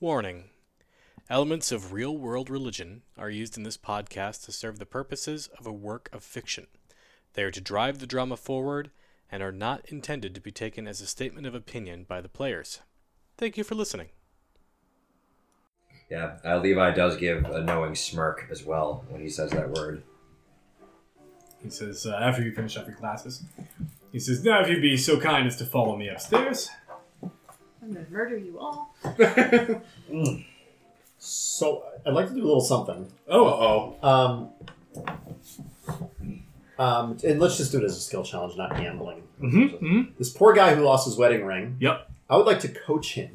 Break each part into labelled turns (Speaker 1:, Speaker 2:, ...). Speaker 1: Warning Elements of real world religion are used in this podcast to serve the purposes of a work of fiction. They are to drive the drama forward and are not intended to be taken as a statement of opinion by the players. Thank you for listening.
Speaker 2: Yeah, uh, Levi does give a knowing smirk as well when he says that word.
Speaker 3: He says, uh, after you finish up your classes, he says, now if you'd be so kind as to follow me upstairs.
Speaker 4: I'm gonna murder you all.
Speaker 5: So I'd like to do a little something.
Speaker 3: Oh, oh.
Speaker 5: Um, um, and let's just do it as a skill challenge, not gambling.
Speaker 3: Mm-hmm, hmm
Speaker 5: This poor guy who lost his wedding ring.
Speaker 3: Yep.
Speaker 5: I would like to coach him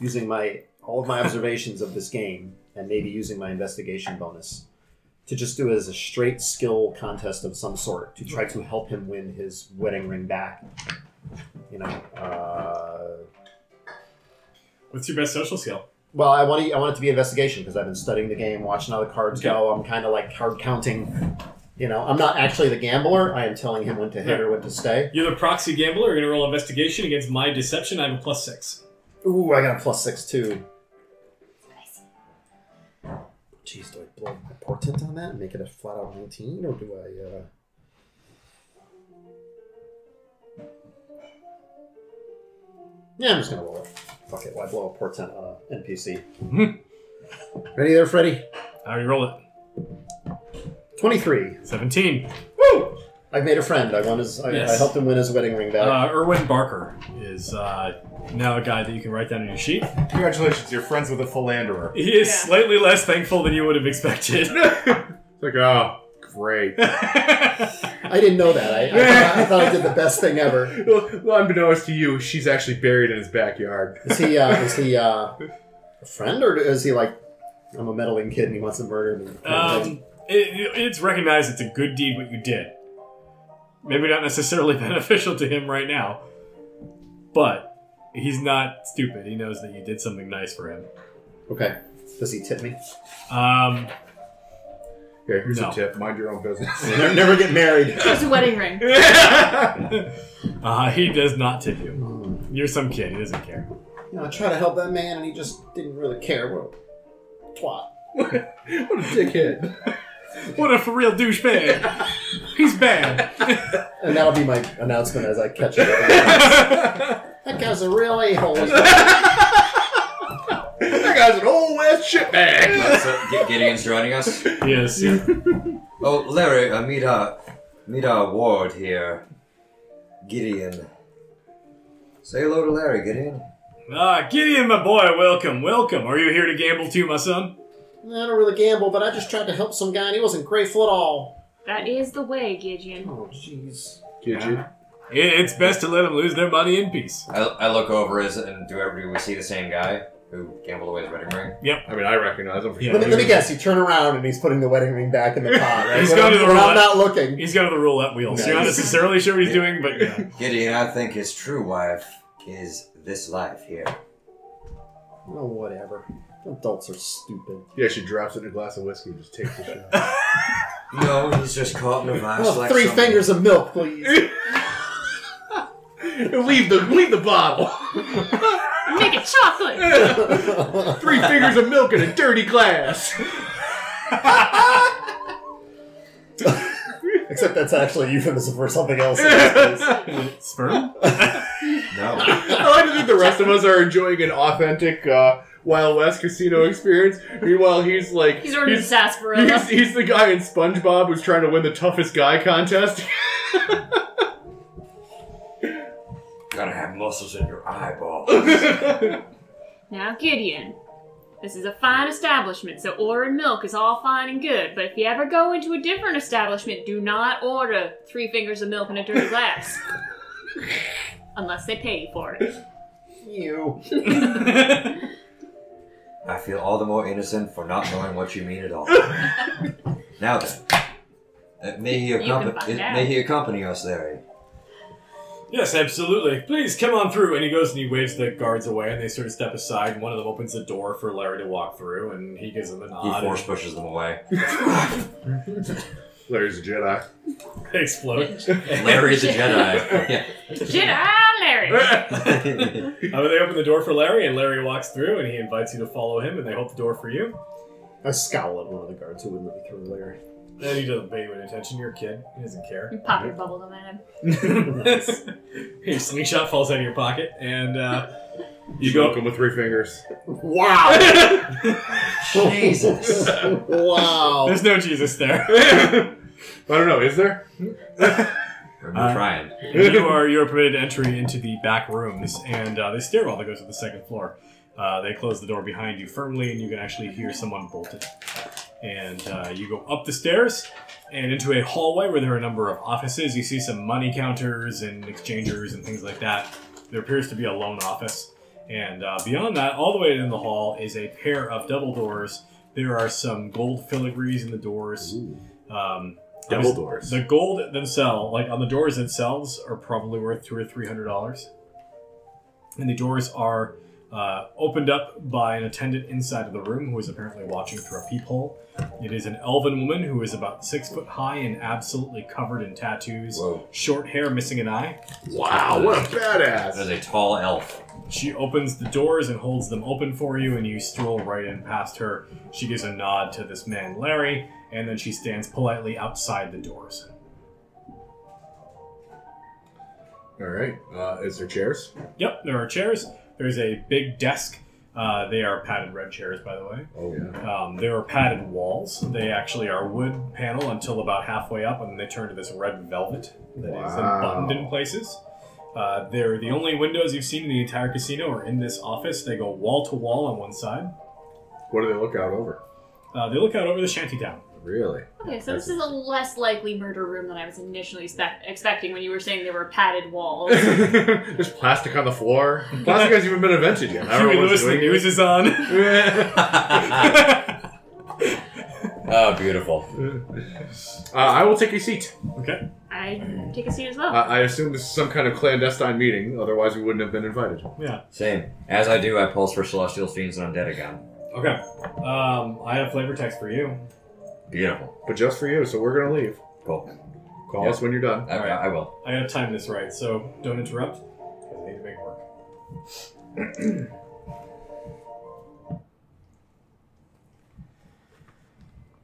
Speaker 5: using my all of my observations of this game and maybe using my investigation bonus to just do it as a straight skill contest of some sort to try to help him win his wedding ring back. You know, uh,
Speaker 3: What's your best social skill?
Speaker 5: Well, I want to. I want it to be investigation because I've been studying the game, watching how the cards
Speaker 3: Okay.
Speaker 5: go. I'm kind of like card counting. You know, I'm not actually the gambler. I am telling him when to hit or when to stay.
Speaker 3: You're the proxy gambler. You're going to roll investigation against my deception. I have a plus six.
Speaker 5: Ooh, I got a plus six too. Jeez, do I blow my portent on that and make it a flat out nineteen, or do I? Uh... Yeah, I'm just gonna roll it. Fuck it, why blow a portent on a NPC?
Speaker 3: Mhm.
Speaker 5: Ready there, Freddy?
Speaker 3: How do you roll it?
Speaker 5: Twenty-three.
Speaker 3: 17.
Speaker 5: I made a friend. I won his. I,
Speaker 3: Yes.
Speaker 5: I helped him win his wedding ring back.
Speaker 3: Uh, Erwin Barker is uh, now a guy that you can write down on your sheet.
Speaker 6: Congratulations, you're friends with a philanderer.
Speaker 3: He is
Speaker 4: Yeah.
Speaker 3: slightly less thankful than you would have expected.
Speaker 6: It's like, oh, great.
Speaker 5: I didn't know that. I, I, thought, I thought I did the best thing ever.
Speaker 6: well, unbeknownst to you, she's actually buried in his backyard.
Speaker 5: Is he? Uh, is he uh, a friend, or is he like? I'm a meddling kid, and he wants to murder me.
Speaker 3: Um, it, it's recognized it's a good deed what you did. Maybe not necessarily beneficial to him right now, but he's not stupid. He knows that you did something nice for him.
Speaker 5: okay. Does he tip me?
Speaker 3: Um,
Speaker 6: Here, here's
Speaker 3: No.
Speaker 6: a tip mind your own business.
Speaker 5: Never, never get married.
Speaker 4: Just a wedding ring.
Speaker 3: uh, he does not tip you.
Speaker 5: Hmm.
Speaker 3: You're some kid. He doesn't care.
Speaker 5: You know, I tried to help that man, and he just didn't really care. What a twat.
Speaker 6: what a dickhead.
Speaker 3: What a for real douchebag. he's bad.
Speaker 5: And that'll be my announcement as I catch it. that guy's a real a-hole.
Speaker 6: That guy's an old ass shitbag.
Speaker 2: Uh, so G- Gideon's joining us.
Speaker 3: Yes. yeah.
Speaker 2: Oh, Larry, uh, meet uh, meet uh, Ward here. Gideon. Say hello to Larry, Gideon.
Speaker 3: Ah, Gideon, my boy, welcome, welcome. Are you here to gamble too, my son?
Speaker 5: I don't really gamble, but I just tried to help some guy, and he wasn't grateful at all.
Speaker 4: That is the way, Gideon.
Speaker 5: Oh, jeez.
Speaker 6: Did you?
Speaker 3: It, it's best to let them lose their money in peace.
Speaker 2: I, I look over as and do every we see the same guy who gambled away his wedding ring.
Speaker 6: I mean, I recognize him.
Speaker 3: Yeah.
Speaker 5: Let me, let me guess. You turn around and he's putting the wedding ring back in the pot, right?
Speaker 3: He's
Speaker 5: When
Speaker 3: going
Speaker 5: I'm-
Speaker 3: to the
Speaker 5: when I'm
Speaker 3: roulette.
Speaker 5: not looking.
Speaker 3: He's got the roulette wheel, so you're not
Speaker 5: Nice.
Speaker 3: necessarily sure what he's doing, but yeah.
Speaker 2: Gideon, I think his true wife is this life here.
Speaker 5: Oh, whatever. Adults are stupid.
Speaker 6: Yeah, she drops it in a glass of whiskey and just takes a shot.
Speaker 2: No, he's just caught in a vice.
Speaker 5: Oh,
Speaker 2: like
Speaker 5: three
Speaker 2: some-
Speaker 5: fingers of milk, please.
Speaker 6: leave the leave the bottle.
Speaker 4: Make it chocolate!
Speaker 6: Three fingers of milk in a dirty glass.
Speaker 5: Except that's actually a euphemism for something else. in this case.
Speaker 3: Sperm?
Speaker 2: No.
Speaker 6: I like to think the rest of us are enjoying an authentic uh, Wild West casino experience. Meanwhile, he's like
Speaker 4: He's ordering
Speaker 6: he's,
Speaker 4: sarsaparilla.
Speaker 6: he's, he's the guy in SpongeBob who's trying to win the toughest guy contest.
Speaker 2: Gotta have muscles in your eyeballs.
Speaker 4: Now, Gideon, this is a fine establishment, so ordering milk is all fine and good, but if you ever go into a different establishment, do not order three fingers of milk in a dirty glass. Unless they pay you for it.
Speaker 5: you.
Speaker 2: I feel all the more innocent for not knowing what you mean at all. now then, uh, may he,
Speaker 4: You can
Speaker 2: accompa-
Speaker 4: find
Speaker 2: uh,
Speaker 4: out.
Speaker 2: may he accompany us, Larry.
Speaker 3: Yes, absolutely. Please come on through. And he goes and he waves the guards away, and they sort of step aside. And one of them opens the door for Larry to walk through, and he gives him a
Speaker 2: He
Speaker 3: nod.
Speaker 2: force pushes them away.
Speaker 6: Larry's a Jedi.
Speaker 3: and they explode.
Speaker 2: Larry the Jedi. yeah.
Speaker 4: Jedi ah, Larry.
Speaker 3: I mean, Uh, they open the door for Larry, and Larry walks through, and he invites you to follow him, and they hold the door for you.
Speaker 5: I scowl at one of the guards who wouldn't let me through there.
Speaker 3: And he doesn't pay you any attention. You're a kid. He doesn't care.
Speaker 4: You pop your bubble to man.
Speaker 5: Nice.
Speaker 3: your slingshot falls out of your pocket, and uh, you
Speaker 6: You
Speaker 3: go.
Speaker 6: go him with three fingers.
Speaker 5: Wow!
Speaker 2: Jesus.
Speaker 5: wow!
Speaker 3: There's no Jesus there.
Speaker 6: I don't know. Is there?
Speaker 2: I'm
Speaker 3: Uh,
Speaker 2: trying.
Speaker 3: And you are you are permitted entry into the back rooms and uh, the stairwell that goes to the second floor. Uh, they close the door behind you firmly, and you can actually hear someone bolt it. And uh, you go up the stairs and into a hallway where there are a number of offices. You see some money counters and exchangers and things like that. There appears to be a loan office. And uh, beyond that, all the way in the hall is a pair of double doors. There are some gold filigrees in the doors. Um,
Speaker 6: Double doors.
Speaker 3: The gold themselves, like on the doors themselves, are probably worth two or three hundred dollars. And the doors are uh, opened up by an attendant inside of the room who is apparently watching through a peephole. It is an elven woman who is about six foot high and absolutely covered in tattoos,
Speaker 2: Whoa.
Speaker 3: short hair, missing an eye.
Speaker 6: Wow! What a
Speaker 2: That is
Speaker 6: badass!
Speaker 2: a tall elf.
Speaker 3: She opens the doors and holds them open for you, and you stroll right in past her. She gives a nod to this man, Larry, and then she stands politely outside the doors.
Speaker 6: All right. Uh, is there chairs?
Speaker 3: Yep, there are chairs. There's a big desk. Uh, they are padded red chairs, by the way.
Speaker 6: Oh yeah.
Speaker 3: Um, there are padded walls. They actually are wood panel until about halfway up, and then they turn to this red velvet that is
Speaker 6: Wow.
Speaker 3: buttoned in places. Uh, they're the only windows you've seen in the entire casino are in this office. They go wall to wall on one side.
Speaker 6: What do they look out over?
Speaker 3: Uh, they look out over the shanty town.
Speaker 6: Really?
Speaker 4: Okay, so this is a less likely murder room than I was initially expect- expecting when you were saying there were padded walls.
Speaker 6: There's plastic on the floor. Plastic hasn't even been invented yet. I don't
Speaker 3: Huey
Speaker 6: know what's
Speaker 3: Lewis, the
Speaker 6: doing
Speaker 3: news is on.
Speaker 6: it.
Speaker 2: oh, beautiful.
Speaker 6: Uh, I will take a seat.
Speaker 3: okay.
Speaker 4: I take a seat as well.
Speaker 6: Uh, I assume this is some kind of clandestine meeting, otherwise we wouldn't have been invited.
Speaker 3: Yeah.
Speaker 2: Same. As I do, I pulse for celestial fiends and undead again.
Speaker 3: Okay. Um, I have flavor text for you.
Speaker 2: Beautiful.
Speaker 6: But just for you, so we're gonna leave.
Speaker 2: Cool.
Speaker 6: Call
Speaker 2: Yeah.
Speaker 6: us when you're done.
Speaker 2: I, I will.
Speaker 3: I gotta time this right, so don't interrupt. 'cause I need to make work.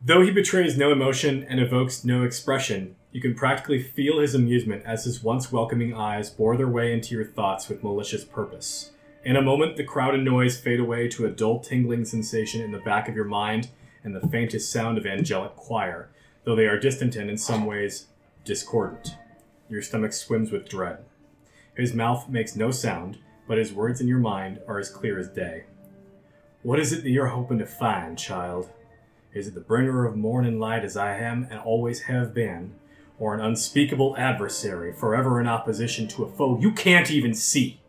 Speaker 3: Though he betrays no emotion and evokes no expression, you can practically feel his amusement as his once welcoming eyes bore their way into your thoughts with malicious purpose. In a moment, the crowd and noise fade away to a dull tingling sensation in the back of your mind and the faintest sound of angelic choir, though they are distant and in some ways discordant. Your stomach swims with dread. His mouth makes no sound, but his words in your mind are as clear as day. What is it that you're hoping to find, child? Is it the bringer of morn and light as I am and always have been, or an unspeakable adversary forever in opposition to a foe you can't even see?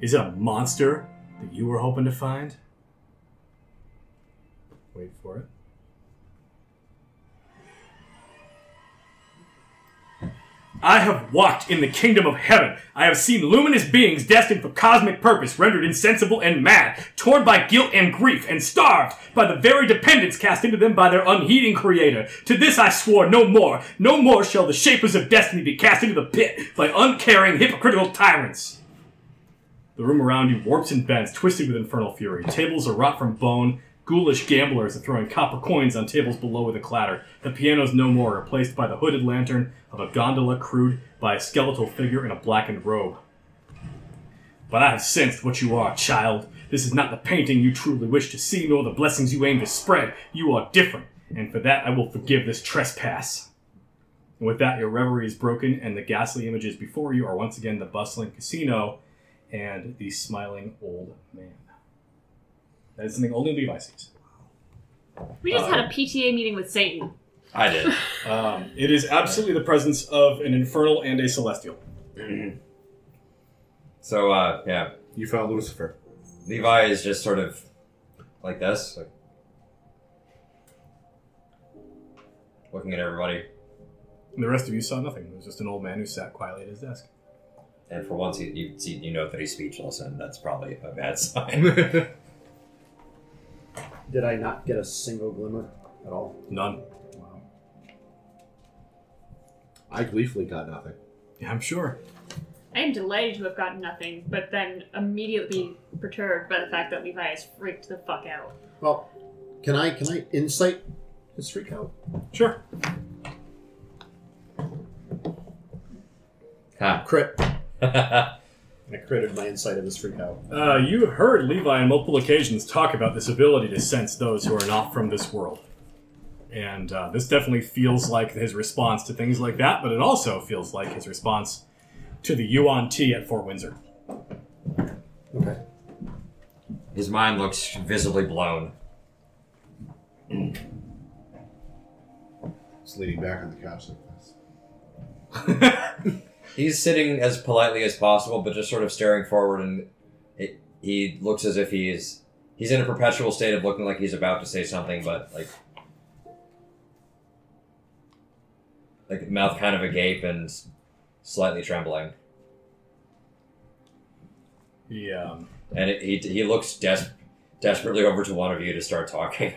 Speaker 3: Is it a monster that you were hoping to find? Wait for it. I have walked in the kingdom of heaven. I have seen luminous beings destined for cosmic purpose, rendered insensible and mad, torn by guilt and grief, and starved by the very dependence cast into them by their unheeding creator. To this I swore no more. No more shall the shapers of destiny be cast into the pit by uncaring, hypocritical tyrants. The room around you warps and bends, twisted with infernal fury. Tables are wrought from bone. Ghoulish gamblers are throwing copper coins on tables below with a clatter. The pianos no more, replaced by the hooded lantern of a gondola crewed by a skeletal figure in a blackened robe. But I have sensed what you are, child. This is not the painting you truly wish to see, nor the blessings you aim to spread. You are different, and for that I will forgive this trespass. And with that, your reverie is broken, and the ghastly images before you are once again the bustling casino and the smiling old man. That is something only Levi sees.
Speaker 4: we just had a PTA meeting with Satan.
Speaker 2: I did.
Speaker 3: Um, it is absolutely the presence of an infernal and a celestial.
Speaker 2: So, uh, yeah.
Speaker 6: You found Lucifer.
Speaker 2: Levi is just sort of like this, like looking at everybody.
Speaker 3: And the rest of you saw nothing. It was just an old man who sat quietly at his desk.
Speaker 2: And for once, you, you see, you know that he's speechless, and that's probably a bad sign.
Speaker 6: Did
Speaker 5: Did I not get a single glimmer at all?
Speaker 3: None.
Speaker 6: I gleefully got nothing.
Speaker 3: Yeah, I'm sure.
Speaker 4: I am delighted to have gotten nothing, but then immediately perturbed by the fact that Levi is freaked the fuck out.
Speaker 5: Well, can I can I insight his freak out?
Speaker 3: Sure.
Speaker 7: Ha.
Speaker 5: Crit. I critted my insight of his freak out.
Speaker 3: Uh, you heard Levi on multiple occasions talk about this ability to sense those who are not from this world. And uh, this definitely feels like his response to things like that, but it also feels like his response to the Yuan T at Fort Windsor.
Speaker 5: Okay.
Speaker 2: His mind looks visibly blown.
Speaker 6: Just leaning back on the couch like this.
Speaker 2: He's sitting as politely as possible, but just sort of staring forward, and it, he looks as if he's he's in a perpetual state of looking like he's about to say something, but like like mouth kind of agape and slightly trembling,
Speaker 3: He, um,
Speaker 2: and it, he he looks des- desperately over to one of you to start talking.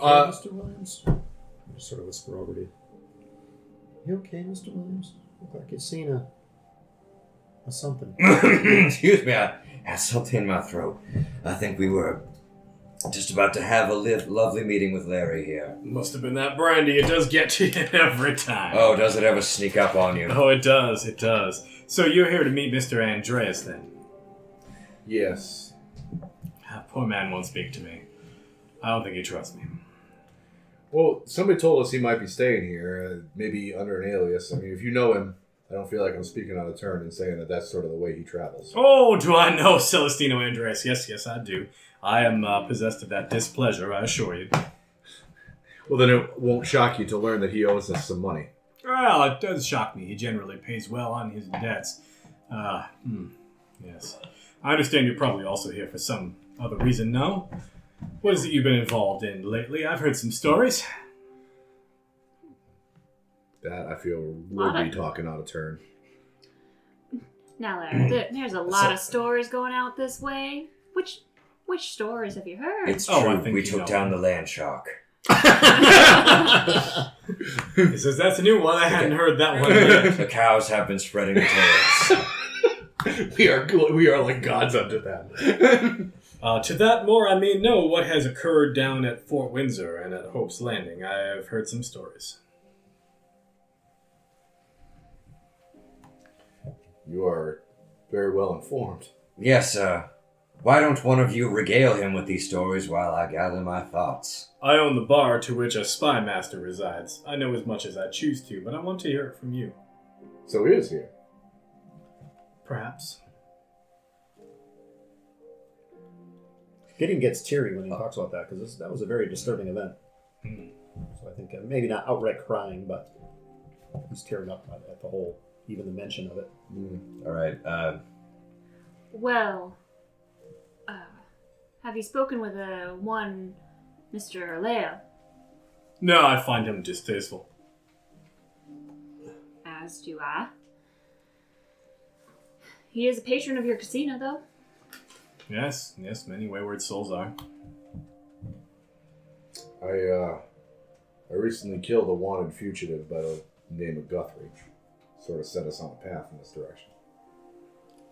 Speaker 6: Uh,
Speaker 5: Mr. Williams? Just sort of whisper over to you. You okay, Mr. Williams? Look like you've seen a, a something.
Speaker 2: Excuse me, I had something in my throat. I think we were just about to have a liv- lovely meeting with Larry here.
Speaker 3: must have been that brandy. It does get to you every time.
Speaker 2: Oh, does it ever sneak up on you?
Speaker 3: Oh, it does. It does. So you're here to meet Mr. Andreas then.
Speaker 6: yes.
Speaker 3: Ah, poor man won't speak to me. I don't think he trusts me.
Speaker 6: Well, somebody told us he might be staying here, uh, maybe under an alias. I mean, if you know him, I don't feel like I'm speaking out of turn in saying that that's sort of the way he travels.
Speaker 3: Oh, do I know Celestino Andres? Yes, yes, I do. I am uh, possessed of that displeasure, I assure you.
Speaker 6: Well, then it won't shock you to learn that he owes us some money.
Speaker 3: Well, it does shock me. He generally pays well on his debts. Uh, hmm, yes. I understand you're probably also here for some other reason, no? What is it you've been involved in lately? I've heard some stories.
Speaker 6: That I feel will be talking out of turn.
Speaker 4: Now, Larry, there, there's a lot of stories going out this way. Which which stories have you heard?
Speaker 2: It's
Speaker 3: Oh, I
Speaker 2: true.
Speaker 3: think
Speaker 2: we
Speaker 3: you
Speaker 2: took
Speaker 3: know.
Speaker 2: down the land shark.
Speaker 3: He says, that's a new one. I hadn't heard that one yet.
Speaker 2: the cows have been spreading their tails.
Speaker 6: We are gl- we are like gods unto them.
Speaker 3: Uh, to that more, I may know what has occurred down at Fort Windsor and at Hope's Landing. I have heard some stories.
Speaker 6: you are very well informed.
Speaker 2: yes, sir. Why don't one of you regale him with these stories while I gather my thoughts?
Speaker 3: I own the bar to which a spy master resides. I know as much as I choose to, but I want to hear it from you.
Speaker 6: So he is here.
Speaker 3: Perhaps.
Speaker 5: Gideon gets teary when he talks about that because that was a very disturbing event. So I think uh, maybe not outright crying, but he's tearing up at, at the whole, even the mention of it.
Speaker 2: All right. Uh,
Speaker 4: Well, uh, have you spoken with uh, one Mr. Lale?
Speaker 3: No, I find him distasteful.
Speaker 4: As do I. He is a patron of your casino, though.
Speaker 3: Yes, yes, many wayward souls are.
Speaker 6: I uh, I recently killed a wanted fugitive by the name of Guthrie. Sort of set us on a path in this direction.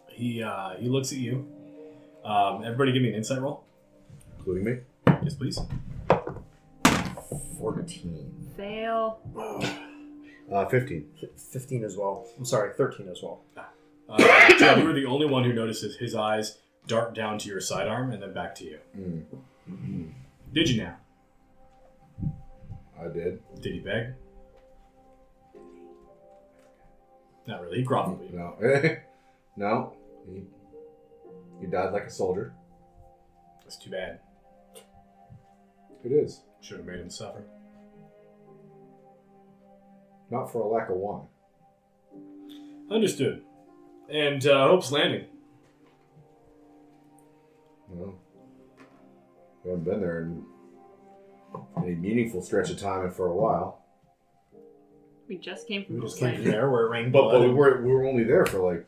Speaker 3: He uh, he looks at you. Um, everybody, give me an insight roll,
Speaker 6: Including me?
Speaker 3: yes, please.
Speaker 2: Fourteen.
Speaker 4: Fail.
Speaker 6: Uh, 15.
Speaker 5: F- 15 as well. I'm sorry, 13 as well.
Speaker 3: Uh, Joe, you are the only one who notices his eyes dart down to your sidearm and then back to you.
Speaker 6: Mm,
Speaker 2: Hmm.
Speaker 3: Did you now?
Speaker 6: I did.
Speaker 3: Did he beg? Not really. He groveled.
Speaker 2: Hmm.
Speaker 3: at you.
Speaker 6: No. no. He, he died like a soldier.
Speaker 3: That's too bad.
Speaker 6: It is.
Speaker 3: Should have made him suffer.
Speaker 6: Not for a lack of wine.
Speaker 3: Understood. And uh, Hope's Landing.
Speaker 6: You know? We haven't been there in any meaningful stretch of time and for a while.
Speaker 4: We just came from
Speaker 5: We just
Speaker 4: Hope's
Speaker 5: came from
Speaker 4: Landing.
Speaker 5: there where it rained
Speaker 6: But, but
Speaker 5: blood.
Speaker 6: we, were, we were only there for like.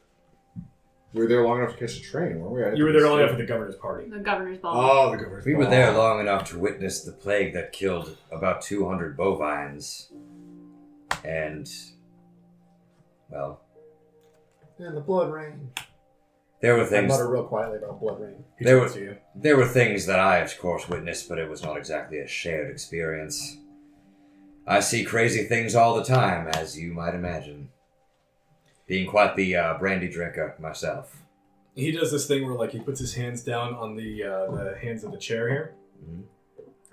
Speaker 6: We were there long enough to catch a train, weren't we? I didn't
Speaker 3: You were there
Speaker 6: think
Speaker 3: only
Speaker 6: so.
Speaker 3: after the governor's party.
Speaker 4: The governor's ball.
Speaker 6: Oh, the governor's
Speaker 2: We were there
Speaker 6: ball.
Speaker 2: long enough to witness the plague that killed about two hundred bovines, and well,
Speaker 5: And the blood rain.
Speaker 2: There were
Speaker 5: I
Speaker 2: things.
Speaker 5: mutter real quietly about blood rain.
Speaker 3: He
Speaker 2: They
Speaker 3: talks
Speaker 2: were-
Speaker 3: to you.
Speaker 2: There were things that I, of course, witnessed, but it was not exactly a shared experience. I see crazy things all the time, as you might imagine. Being quite the uh, brandy drinker myself.
Speaker 3: He does this thing where like he puts his hands down on the uh, the hands of the chair here,
Speaker 2: Mhm.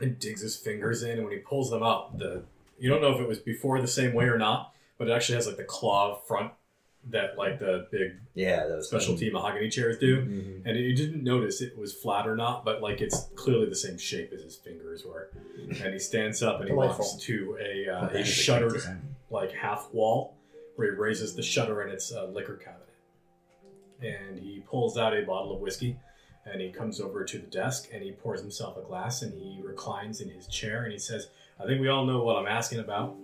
Speaker 3: and digs his fingers in. And when he pulls them up, the you don't know if it was before the same way or not, but it actually has like the claw front that like the big
Speaker 2: Yeah, those
Speaker 3: specialty mahogany chairs do.
Speaker 6: Mm-hmm.
Speaker 3: And you didn't notice it was flat or not, but like it's clearly the same shape as his fingers were. And he stands up and he
Speaker 5: Delightful.
Speaker 3: walks to a, uh, a shuttered like half wall where he raises the shutter in its uh, liquor cabinet. And he pulls out a bottle of whiskey and he comes over to the desk and he pours himself a glass and he reclines in his chair and he says, I think we all know what I'm asking about.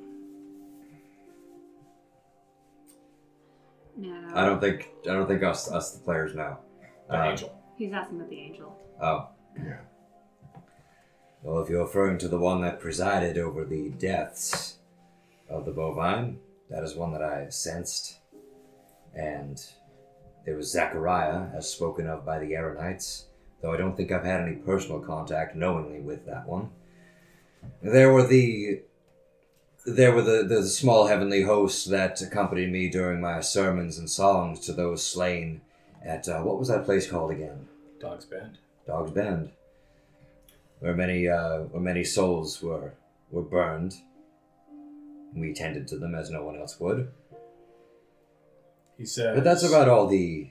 Speaker 4: No.
Speaker 2: I don't think I don't think us us the players know.
Speaker 3: The
Speaker 2: Uh,
Speaker 3: angel.
Speaker 4: He's asking about the angel.
Speaker 2: Oh.
Speaker 6: Yeah.
Speaker 2: Well, if you're referring to the one that presided over the deaths of the bovine, that is one that I sensed. And there was Zachariah, as spoken of by the Aaronites, though I don't think I've had any personal contact knowingly with that one. There were the there were the, the small heavenly hosts that accompanied me during my sermons and songs to those slain at uh, what was that place called again?
Speaker 3: Dog's band.
Speaker 2: Dog's Bend, where many uh, where many souls were were burned. We tended to them as no one else would.
Speaker 3: He says
Speaker 2: But that's about all the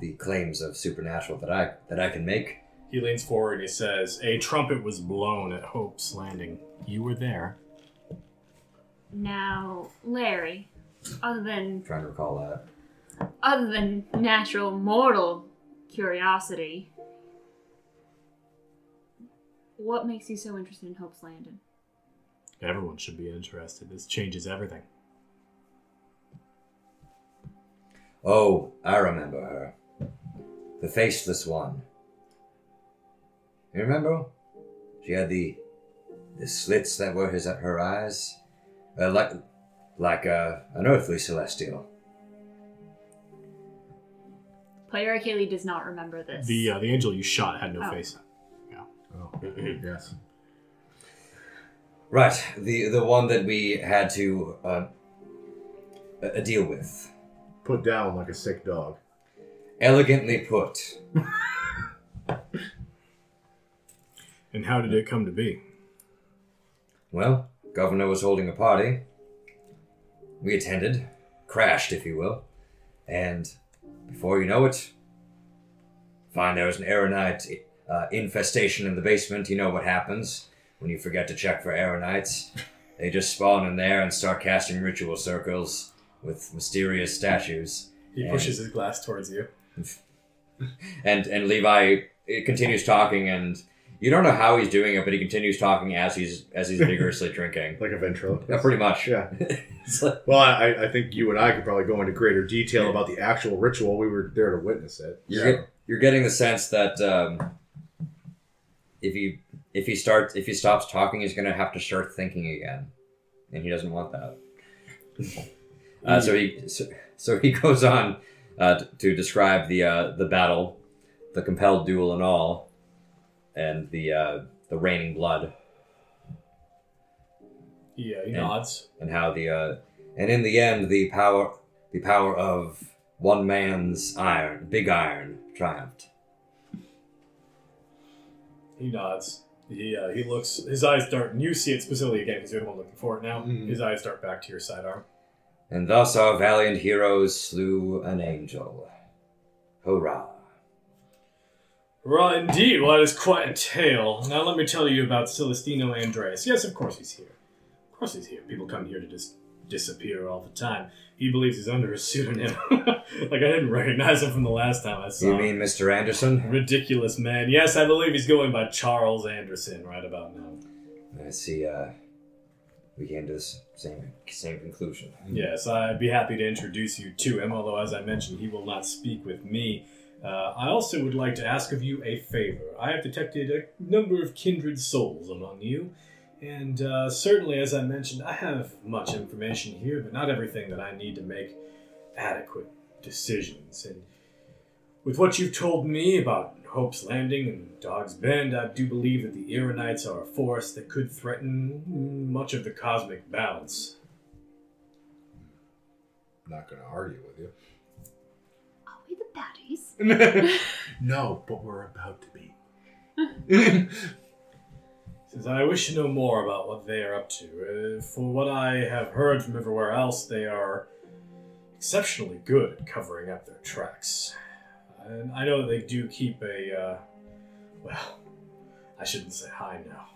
Speaker 2: the claims of supernatural that I that I can make.
Speaker 3: He leans forward and he says, A trumpet was blown at Hope's Landing. You were there.
Speaker 4: Now, Larry, other than
Speaker 2: I'm trying to recall that.
Speaker 4: other than natural mortal curiosity, what makes you so interested in Hope's Landing?
Speaker 3: Everyone should be interested. This changes everything.
Speaker 2: Oh, I remember her. The faceless one. You remember? She had the the slits that were his her eyes, uh, like like uh, an earthly celestial.
Speaker 4: Player Achille does not remember this.
Speaker 3: The uh, the angel you shot had no
Speaker 4: Oh.
Speaker 3: face.
Speaker 6: Oh, yes.
Speaker 2: Right, the the one that we had to uh, uh, deal with.
Speaker 6: Put down like a sick dog.
Speaker 2: Elegantly put.
Speaker 3: And how did it come to be?
Speaker 2: Well, governor was holding a party. We attended, crashed, if you will, and before you know it, find there was an aeronite uh, infestation in the basement. You know what happens when you forget to check for aeronites. They just spawn in there and start casting ritual circles with mysterious statues.
Speaker 3: He
Speaker 2: Yeah.
Speaker 3: pushes his glass towards you.
Speaker 2: and and Levi it continues talking, and you don't know how he's doing it, but he continues talking as he's as he's vigorously drinking.
Speaker 6: Like a ventriloquist.
Speaker 2: Yeah, pretty much.
Speaker 6: Yeah.
Speaker 2: It's like-
Speaker 6: Well, I, I think you and I could probably go into greater detail about the actual ritual. We were there to witness it.
Speaker 2: you're get- you're getting the sense that um, if he if he starts if he stops talking, he's gonna have to start thinking again, and he doesn't want that. Uh, so he so, so he goes on uh, t- to describe the uh, the battle, the compelled duel and all, and the uh, the raining blood.
Speaker 3: He, uh, he
Speaker 2: Yeah.
Speaker 3: nods.
Speaker 2: and how the uh, and in the end the power the power of one man's iron big iron triumphed
Speaker 3: He nods. He uh, he looks. His eyes dart, and you see it specifically again because you're the one looking for it now.
Speaker 2: Mm-hmm.
Speaker 6: Mhm.
Speaker 3: His eyes dart back to your sidearm.
Speaker 2: and thus our valiant heroes slew an angel hurrah
Speaker 3: Right, indeed. Well, that is quite a tale. Now let me tell you about Celestino Andreas. Yes, of course he's here. Of course he's here. People come here to dis- disappear all the time. He believes he's under a pseudonym. like I didn't recognize him from the last time I saw
Speaker 2: you
Speaker 3: him.
Speaker 2: mean mr anderson
Speaker 3: Ridiculous man. Yes, I believe he's going by Charles Anderson right about now.
Speaker 2: i see uh we came to this same same conclusion
Speaker 3: Yes, I'd be happy to introduce you to him, although, as I mentioned, he will not speak with me. Uh, I also would like to ask of you a favor. I have detected a number of kindred souls among you, and uh, certainly, as I mentioned, I have much information here, but not everything that I need to make adequate decisions. And with what you've told me about Hope's Landing and Dog's Bend, I do believe that the Iranites are a force that could threaten much of the cosmic balance.
Speaker 6: I'm not going to argue with you.
Speaker 4: Are we the baddies?
Speaker 6: no, but we're about to be.
Speaker 3: Says, I wish to know more about what they are up to. Uh, for what I have heard from everywhere else, they are exceptionally good at covering up their tracks. And I know they do keep a, uh, well, I shouldn't say hi now.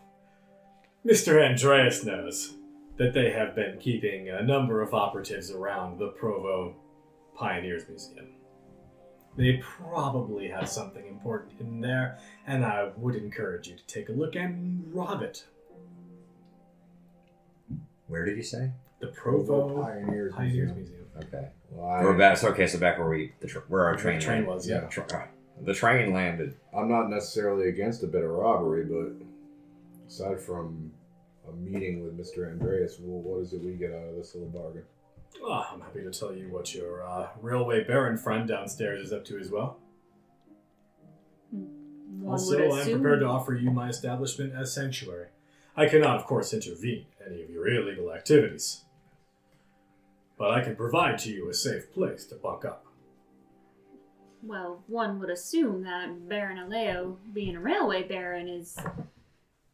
Speaker 3: Mr. Andreas knows that they have been keeping a number of operatives around the Provo Pioneers Museum. They probably have something important in there, and I would encourage you to take a look and rob it.
Speaker 2: Where did you say?
Speaker 3: The Provo
Speaker 6: Pioneers.
Speaker 3: Pioneers
Speaker 6: Museum.
Speaker 3: Museum.
Speaker 2: Okay.
Speaker 6: Why?
Speaker 2: We're back. So, okay, so back where we the tr- where our
Speaker 3: Where
Speaker 2: train
Speaker 3: the train
Speaker 2: landed.
Speaker 3: was, yeah.
Speaker 6: Yeah.
Speaker 2: Tr- ah, the train landed.
Speaker 6: I'm not necessarily against a bit of robbery, but aside from a meeting with Mr. Andreas, well, what is it we get out of this little bargain?
Speaker 3: Ah, I'm happy to tell you what your uh, railway baron friend downstairs is up to as well.
Speaker 4: One
Speaker 3: also, I'm prepared to offer you my establishment as sanctuary. I cannot, of course, intervene in any of your illegal activities, but I can provide to you a safe place to buck up.
Speaker 4: Well, one would assume that Baron Aleo, being a railway baron, is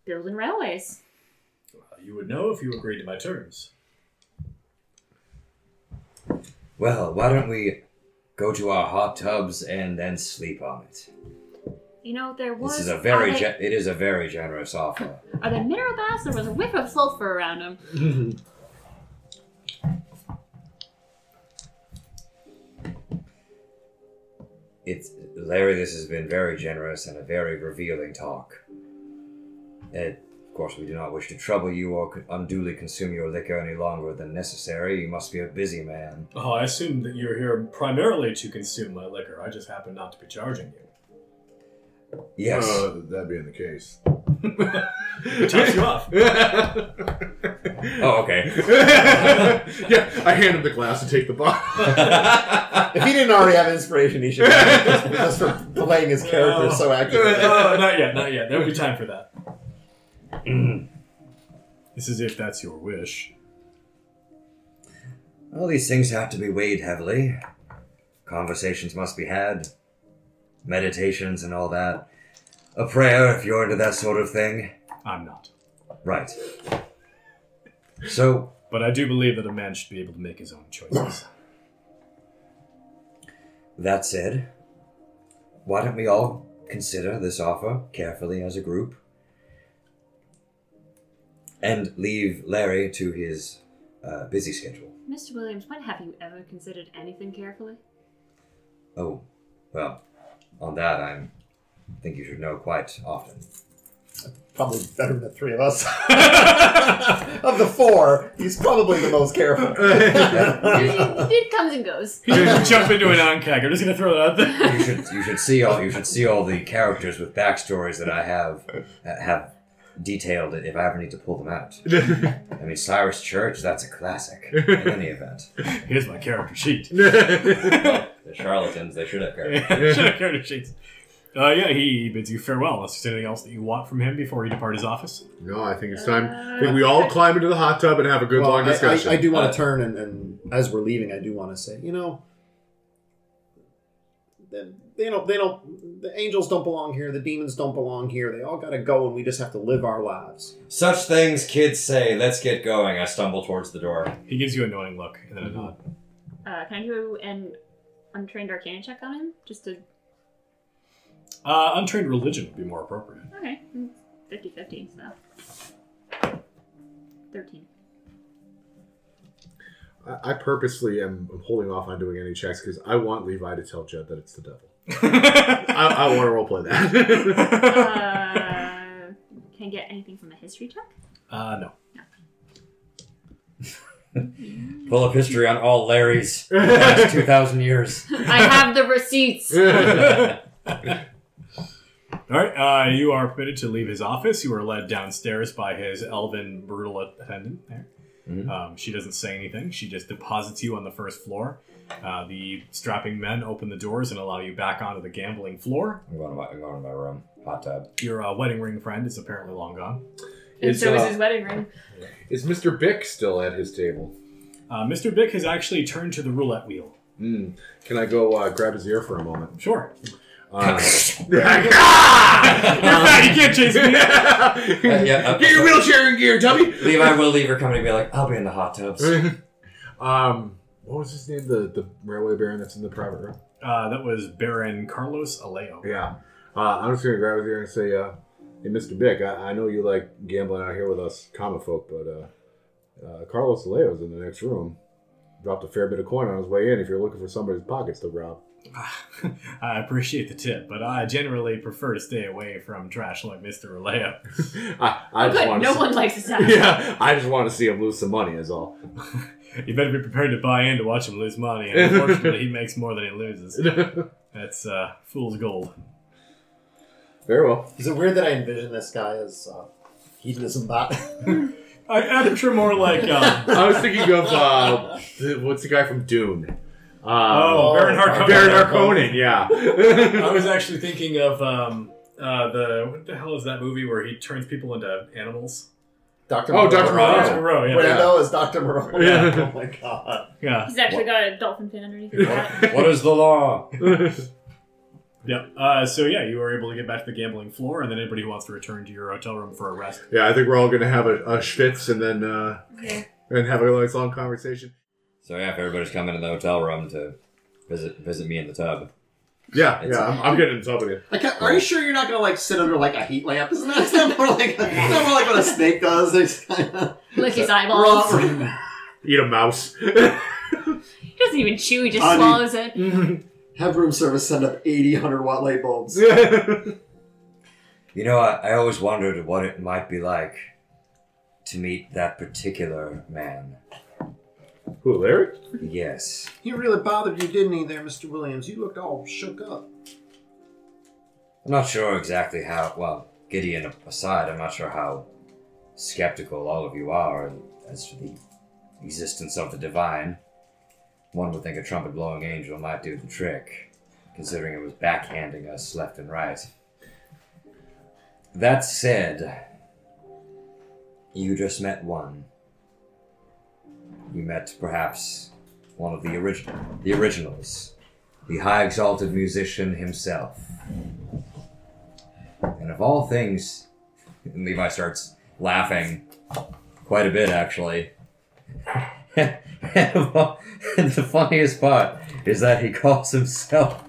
Speaker 4: building railways.
Speaker 3: Uh, you would know if you agreed to my terms.
Speaker 2: Well, why don't we go to our hot tubs and then sleep on it?
Speaker 4: You know, there was.
Speaker 2: This is a very
Speaker 4: are they,
Speaker 2: gen it is a very generous offer.
Speaker 4: are they mineral baths? There was a whiff of sulfur around them.
Speaker 2: It's Larry. This has been very generous and a very revealing talk. And of course, we do not wish to trouble you or co- unduly consume your liquor any longer than necessary. You must be a busy man.
Speaker 3: Oh, I assume that you're here primarily to consume my liquor. I just happen not to be charging you.
Speaker 2: Yes.
Speaker 6: Uh, that being the case.
Speaker 3: It tops you off.
Speaker 6: oh.
Speaker 2: oh, okay.
Speaker 6: yeah, I hand him the glass and take the bottle.
Speaker 5: If he didn't already have inspiration, he should have just for playing his character so accurately.
Speaker 3: Oh, not yet, not yet. There will be time for that.
Speaker 5: Mm.
Speaker 3: this is if that's your wish.
Speaker 2: Well, these things have to be weighed heavily. Conversations must be had, meditations and all that. A prayer if you're into that sort of thing.
Speaker 3: I'm not.
Speaker 2: Right. So,
Speaker 3: But I do believe that a man should be able to make his own choices.
Speaker 2: that said, why don't we all consider this offer carefully as a group and leave Larry to his uh, busy schedule?
Speaker 4: Mr. Williams, when have you ever considered anything carefully?
Speaker 2: Oh, well, on that, I am think you should know quite often.
Speaker 5: Probably better than the three of us. of the four, he's probably the most careful.
Speaker 4: it, it comes and goes.
Speaker 3: You jump into an oncag. I'm just gonna throw that out there.
Speaker 2: you should you should see all you should see all the characters with backstories that I have uh, have detailed if I ever need to pull them out. I mean, Cyrus Church, that's a classic in any event.
Speaker 3: Here's my character sheet.
Speaker 2: The charlatans, they should have characters.
Speaker 3: character sheets. Uh, yeah, he bids you farewell. Unless there's anything else that you want from him before he depart his office.
Speaker 6: no, I think it's time. I think we all climb into the hot tub and have a good
Speaker 5: Well,
Speaker 6: long
Speaker 5: I- I-
Speaker 6: discussion. Uh,
Speaker 5: I, do want to turn, and, and as we're leaving, I do want to say, you know, the- they don't, they don't, the angels don't belong here, the demons don't belong here. They all got to go, and we just have to live our lives.
Speaker 2: Such things kids say. Let's get going. I stumble towards the door.
Speaker 3: He gives you a knowing look and then
Speaker 5: Mm-hmm.
Speaker 3: a nod.
Speaker 4: Uh, can I do an untrained arcana check on him? Just to.
Speaker 3: Uh, untrained religion would be more appropriate.
Speaker 4: Okay. mm, 50 50, so. 13.
Speaker 6: I, I purposely am am holding off on doing any checks because I want Levi to tell Judd that it's the devil. I, I want to roleplay that.
Speaker 4: Uh, can I get anything from a history check?
Speaker 3: Uh, no.
Speaker 2: Pull up history on all Larrys. Past two thousand years.
Speaker 4: I have the receipts.
Speaker 3: All right, uh, you are permitted to leave his office. You are led downstairs by his elven, brutal attendant there.
Speaker 2: Mhm.
Speaker 6: Mm-hmm.
Speaker 3: Um, she doesn't say anything. She just deposits you on the first floor. Uh, the strapping men open the doors and allow you back onto the gambling floor.
Speaker 2: I'm going to my, I'm going to my room. Hot tub.
Speaker 3: Your uh, wedding ring friend is apparently long gone.
Speaker 4: And
Speaker 6: It's,
Speaker 4: so is
Speaker 6: uh,
Speaker 4: his wedding ring.
Speaker 6: Is Mr. Bick still at his table?
Speaker 3: Uh, Mr. Bick has actually turned to the roulette wheel.
Speaker 6: Mm. Can I go uh, grab his ear for a moment?
Speaker 3: Sure.
Speaker 6: Uh,
Speaker 3: You're fat, you can't chase me.
Speaker 2: Yeah, yeah, uh,
Speaker 6: Get your wheelchair in gear, dummy.
Speaker 2: Levi will leave her company and be like, I'll be in the hot tubs.
Speaker 6: um, what was his name? The the railway baron that's in the private room.
Speaker 3: Uh, that was Baron Carlos Aleo.
Speaker 6: Yeah. Uh, I'm just gonna grab his ear and say, uh, "Hey, Mr. Bick, I, I know you like gambling out here with us common folk, but uh, uh, Carlos Aleo's in the next room. Dropped a fair bit of coin on his way in. If you're looking for somebody's pockets to rob,
Speaker 3: I appreciate the tip, but I generally prefer to stay away from trash like Mr. Aleo.
Speaker 6: I, I just
Speaker 4: Good.
Speaker 6: want
Speaker 4: No
Speaker 6: to.
Speaker 4: one likes his
Speaker 6: See,
Speaker 4: house.
Speaker 6: yeah, I just want to see him lose some money. Is all.
Speaker 3: You better be prepared to buy in to watch him lose money. And unfortunately, he makes more than he loses. That's uh, fool's gold.
Speaker 6: Very well.
Speaker 5: Is it weird that I envision this guy as uh, hedonism bot?
Speaker 3: I, I'm sure more like um,
Speaker 6: I was thinking of uh, th- what's the guy from Dune?
Speaker 3: oh,
Speaker 6: Uh,
Speaker 3: Baron Harkonnen.
Speaker 6: Baron Harkonnen. Yeah.
Speaker 3: I was actually thinking of um, uh, the what the hell is that movie where he turns people into animals?
Speaker 5: Dr.
Speaker 6: Oh,
Speaker 5: Moreau.
Speaker 6: Dr. Moreau.
Speaker 3: Doctor Moreau, yeah.
Speaker 5: Brando is Dr. Moreau.
Speaker 6: Yeah.
Speaker 5: Oh my god.
Speaker 3: Yeah.
Speaker 4: He's actually got a dolphin fin underneath his hat.
Speaker 2: what is the law?
Speaker 3: Yep. Uh, so yeah, you were able to get back to the gambling floor, and then anybody who wants to return to your hotel room for a rest.
Speaker 6: Yeah, I think we're all gonna have a, a schwitz and then uh,
Speaker 4: Yeah.
Speaker 6: and have a nice long conversation.
Speaker 2: So yeah, if everybody's coming in the hotel room to visit visit me in the tub.
Speaker 6: Yeah,
Speaker 2: It's-
Speaker 6: yeah, I'm, I'm getting in touch with you.
Speaker 5: Like, are you sure you're not gonna like sit under like a heat lamp? Isn't that, isn't that more like isn't that more like what a snake does? It's kinda-
Speaker 4: Lick his
Speaker 5: We're all-
Speaker 4: eyeballs.
Speaker 6: Eat a mouse.
Speaker 4: He doesn't even chew, he just
Speaker 5: I mean-
Speaker 4: swallows it.
Speaker 6: Mm.
Speaker 5: have room service send up 80 100 watt light bulbs.
Speaker 2: You know, I, I always wondered what it might be like to meet that particular man.
Speaker 6: Who, Larry?
Speaker 2: Yes.
Speaker 5: He really bothered you, didn't he, there, Mr. Williams? You looked all shook up.
Speaker 2: I'm not sure exactly how, well, Gideon aside, I'm not sure how skeptical all of you are as to the existence of the divine. One would think a trumpet blowing angel might do the trick, considering it was backhanding us left and right. That said, you just met one. You met perhaps one of the original, the originals, the high exalted musician himself. And of all things, and Levi starts laughing quite a bit, actually. and of all- and the funniest part is that he calls himself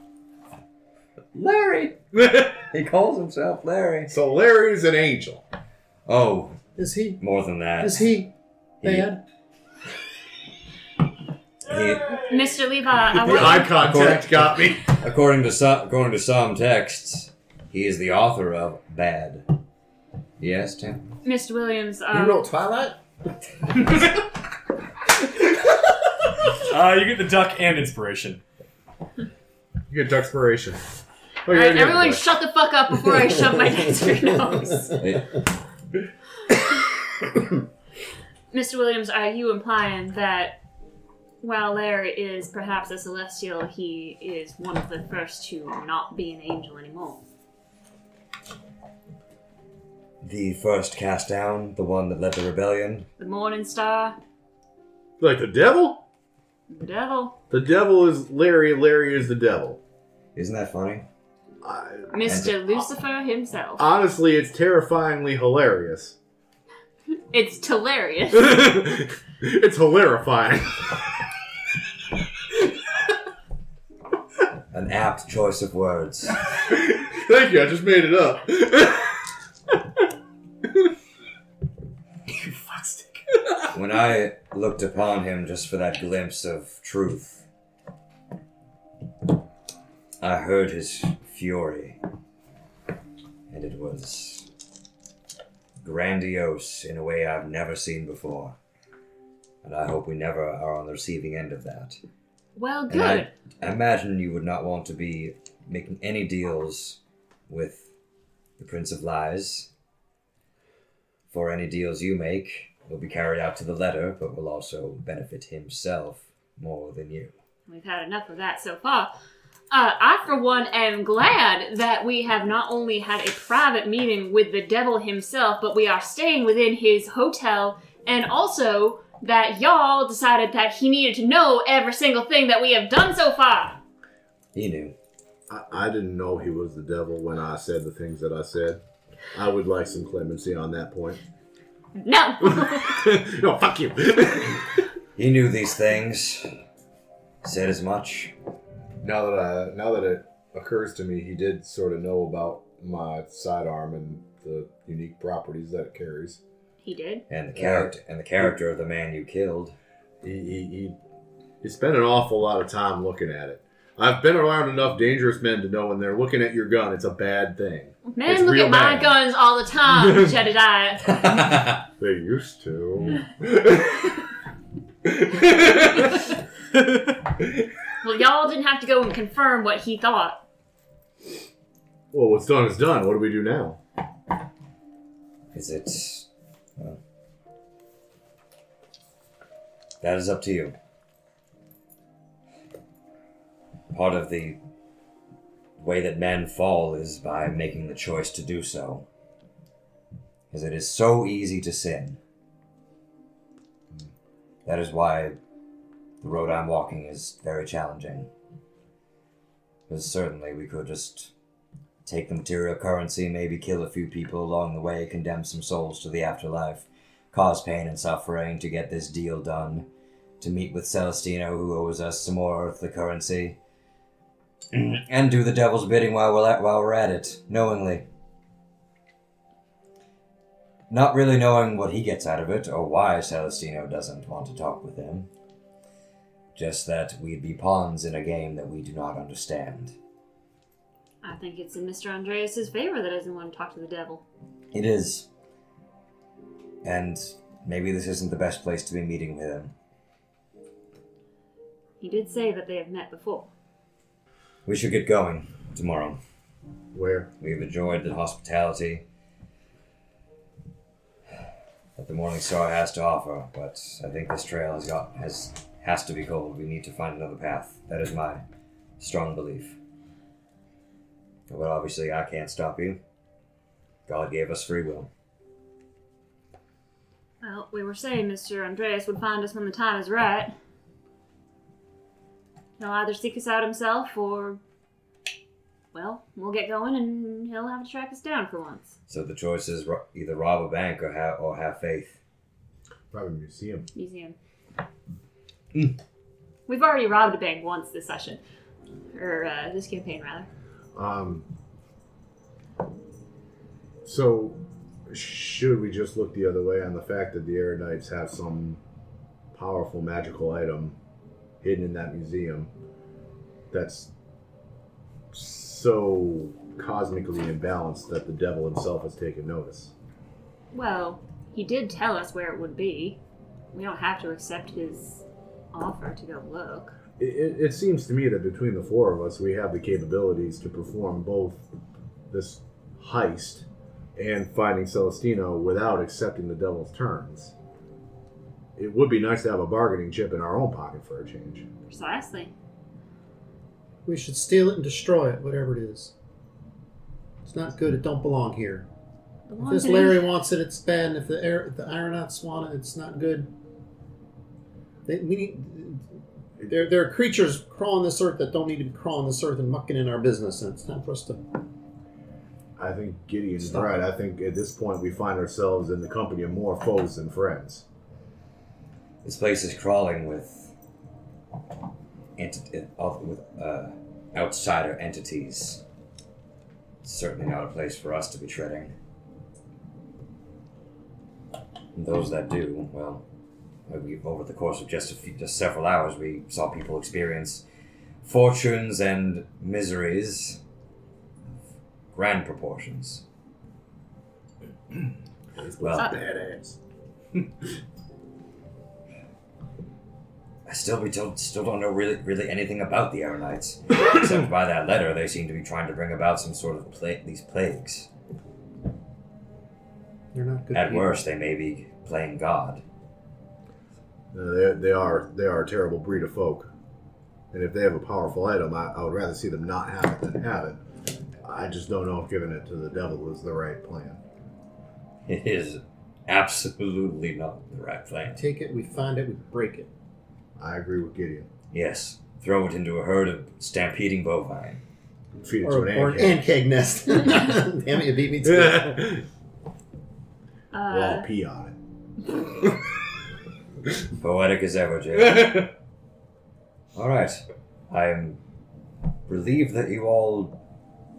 Speaker 2: Larry. he calls himself Larry.
Speaker 6: So Larry's an angel.
Speaker 2: Oh,
Speaker 5: Is he?
Speaker 2: more than that.
Speaker 5: he
Speaker 2: He- he-
Speaker 4: Mr. Levi, I
Speaker 6: The
Speaker 4: want
Speaker 6: eye contact got me.
Speaker 2: according to some, according to some texts, he is the author of Bad. Yes, Tim.
Speaker 4: Mr. Williams.
Speaker 5: You
Speaker 4: Um,
Speaker 5: wrote Twilight?
Speaker 3: Uh, you get the duck and inspiration.
Speaker 6: You get duxpiration. Oh,
Speaker 4: all
Speaker 6: you're
Speaker 4: right,
Speaker 6: in
Speaker 4: everyone,
Speaker 6: here.
Speaker 4: shut the fuck up before I shove my dick through your nose.
Speaker 2: It-
Speaker 4: Mr. Williams, are you implying that while Larry is perhaps a celestial, he is one of the first to not be an angel anymore?
Speaker 2: the first cast down, the one that led the rebellion.
Speaker 4: The Morning Star,
Speaker 6: like the devil?
Speaker 4: the devil,
Speaker 6: The devil is Larry. Larry is the devil.
Speaker 2: Isn't that funny?
Speaker 6: I,
Speaker 4: Mr. Lucifer himself.
Speaker 6: honestly, it's terrifyingly hilarious.
Speaker 4: It's hilarious.
Speaker 6: it's hilarifying.
Speaker 2: An apt choice of words.
Speaker 6: Thank you. I just made it up.
Speaker 2: when I looked upon him just for that glimpse of truth, I heard his fury, and it was grandiose in a way I've never seen before. And I hope we never are on the receiving end of that.
Speaker 4: Well,
Speaker 2: And
Speaker 4: good.
Speaker 2: I, I imagine you would not want to be making any deals with the Prince of Lies. For any deals you make will be carried out to the letter, but will also benefit himself more than you.
Speaker 4: We've had enough of that so far. Uh, I, for one, am glad that we have not only had a private meeting with the devil himself, but we are staying within his hotel, and also that y'all decided that he needed to know every single thing that we have done so far.
Speaker 2: He knew.
Speaker 6: I, I didn't know he was the devil when I said the things that I said. I would like some clemency on that point.
Speaker 4: No!
Speaker 6: no, fuck you.
Speaker 2: He knew these things. Said as much.
Speaker 6: now that I, now that it occurs to me, he did sort of know about my sidearm and the unique properties that it carries.
Speaker 4: he did.
Speaker 2: And the character and the character of the man you killed.
Speaker 6: He he, he he spent an awful lot of time looking at it. I've been around enough dangerous men to know when they're looking at your gun, it's a bad thing.
Speaker 4: Men
Speaker 6: It's
Speaker 4: look
Speaker 6: real
Speaker 4: at my
Speaker 6: bad.
Speaker 4: guns all the time, Jedediah.
Speaker 6: They used to.
Speaker 4: Well, y'all didn't have to go and confirm what he thought.
Speaker 6: well, what's done is done. What do we do now?
Speaker 2: Is it? well, that is up to you. Part of the way that men fall is by making the choice to do so. Because it is so easy to sin. That is why the road I'm walking is very challenging. Because certainly we could just take the material currency, maybe kill a few people along the way, condemn some souls to the afterlife, cause pain and suffering to get this deal done, to meet with Celestino, who owes us some more of the currency, and do the devil's bidding while we're at, while we're at it, knowingly. Not really knowing what he gets out of it or why Celestino doesn't want to talk with him. Just that we'd be pawns in a game that we do not understand.
Speaker 4: I think it's in Mr. Andreas' favor that doesn't want to talk to the devil.
Speaker 2: It is. And maybe this isn't the best place to be meeting with him.
Speaker 4: He did say that they have met before.
Speaker 2: We should get going tomorrow.
Speaker 6: Where?
Speaker 2: We've enjoyed the hospitality that the Morning Star has to offer, but I think this trail has got has has to be cold. We need to find another path. That is my strong belief. But obviously, I can't stop you. God gave us free will.
Speaker 4: Well, we were saying Mr. Andreas would find us when the time is right. He'll either seek us out himself or. Well, we'll get going and he'll have to track us down for once.
Speaker 2: So the choice is ro- either rob a bank or have or have faith.
Speaker 6: Probably a museum.
Speaker 4: Museum.
Speaker 5: Hmm.
Speaker 4: We've already robbed a bank once this session. Or uh, this campaign, rather.
Speaker 6: Um. So, should we just look the other way on the fact that the Aerodites have some powerful magical item hidden in that museum that's so cosmically imbalanced that the devil himself has taken notice?
Speaker 4: Well, he did tell us where it would be. We don't have to accept his offer to go look.
Speaker 6: It, it, it seems to me that between the four of us, we have the capabilities to perform both this heist and finding Celestino without accepting the devil's terms. It would be nice to have a bargaining chip in our own pocket for a change.
Speaker 4: Precisely.
Speaker 5: We should steal it and destroy it, whatever it is. It's not good. It don't belong here.
Speaker 4: The
Speaker 5: If
Speaker 4: one
Speaker 5: this
Speaker 4: thing-
Speaker 5: Larry wants it, it's bad. And if the air, the Ironauts want it, it's not good. They, we need. There, there are creatures crawling this earth that don't need to be crawling this earth and mucking in our business, and it's not for us to.
Speaker 6: I think Gideon's
Speaker 5: Stop.
Speaker 6: right. I think at this point we find ourselves in the company of more foes than friends.
Speaker 2: This place is crawling with enti- of- with uh, outsider entities. It's certainly not a place for us to be treading. And those that do, well, we, over the course of just a few, just several hours, we saw people experience fortunes and miseries of grand proportions. well,
Speaker 6: Badass.
Speaker 2: I still we don't, still don't know really really anything about the Aaronites, except by that letter they seem to be trying to bring about some sort of pla- these plagues.
Speaker 5: They're not good.
Speaker 2: At
Speaker 5: people.
Speaker 2: worst, they may be playing God.
Speaker 6: Uh, they, they are they are a terrible breed of folk. And if they have a powerful item, I, I would rather see them not have it than have it. I just don't know if giving it to the devil is the right plan.
Speaker 2: It is absolutely not the right plan.
Speaker 5: Take it, we find it, we break it.
Speaker 6: I agree with Gideon.
Speaker 2: Yes, throw it into a herd of stampeding bovine.
Speaker 6: Feed it
Speaker 5: Or,
Speaker 6: to
Speaker 5: or
Speaker 6: an
Speaker 5: an
Speaker 6: ant.
Speaker 5: ant keg nest. Damn it, you beat me to it.
Speaker 6: ant. we'll all
Speaker 4: Uh,
Speaker 6: pee on it.
Speaker 2: Poetic as ever, Jay. all right, I'm relieved that you all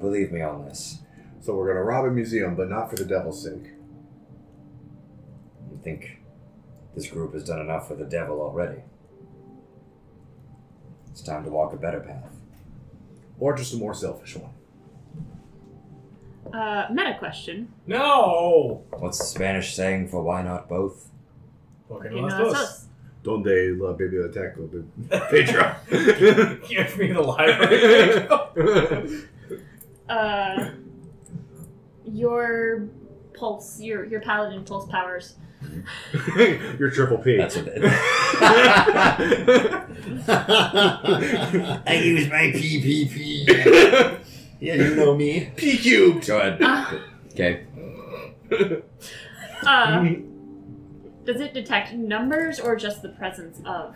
Speaker 2: believe me on this.
Speaker 6: So we're gonna rob a museum, but not for the devil's sake.
Speaker 2: I think this group has done enough for the devil already. It's time to walk a better path.
Speaker 6: Or just a more selfish one.
Speaker 4: uh, meta question.
Speaker 3: No!
Speaker 2: What's the Spanish saying for why not both?
Speaker 3: Fucking
Speaker 4: You know,
Speaker 3: lost
Speaker 4: it's
Speaker 3: us.
Speaker 4: us.
Speaker 6: Donde la biblioteca de Pedro.
Speaker 3: Give me the library.
Speaker 4: Uh, your pulse, your your paladin pulse powers.
Speaker 6: Your triple P.
Speaker 2: That's what I use my PPP.
Speaker 5: yeah, you know me.
Speaker 6: P cubed.
Speaker 2: Go ahead.
Speaker 4: Uh.
Speaker 2: Okay.
Speaker 4: Uh, does it detect numbers or just the presence of?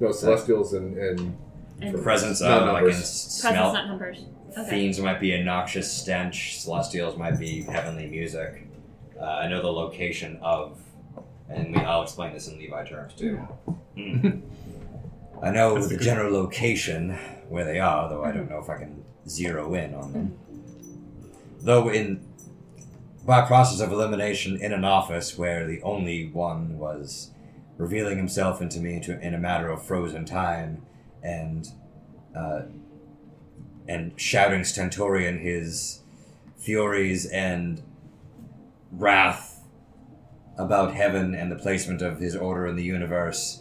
Speaker 6: No celestials and, and
Speaker 4: And
Speaker 2: Presence
Speaker 6: Not
Speaker 2: of, like,
Speaker 6: numbers.
Speaker 2: in
Speaker 4: presence,
Speaker 2: smell.
Speaker 4: not numbers. Okay.
Speaker 2: Fiends might be a noxious stench. Celestials might be heavenly music. Uh, I know the location of, and we, I'll explain this in Levi terms too. Hmm. I know
Speaker 3: That's
Speaker 2: the
Speaker 3: good.
Speaker 2: general location where they are, though I don't know if I can zero in on them. Though in by process of elimination in an office where the only one was revealing himself into me to, in a matter of frozen time and uh, and shouting stentorian his furies and wrath about heaven and the placement of his order in the universe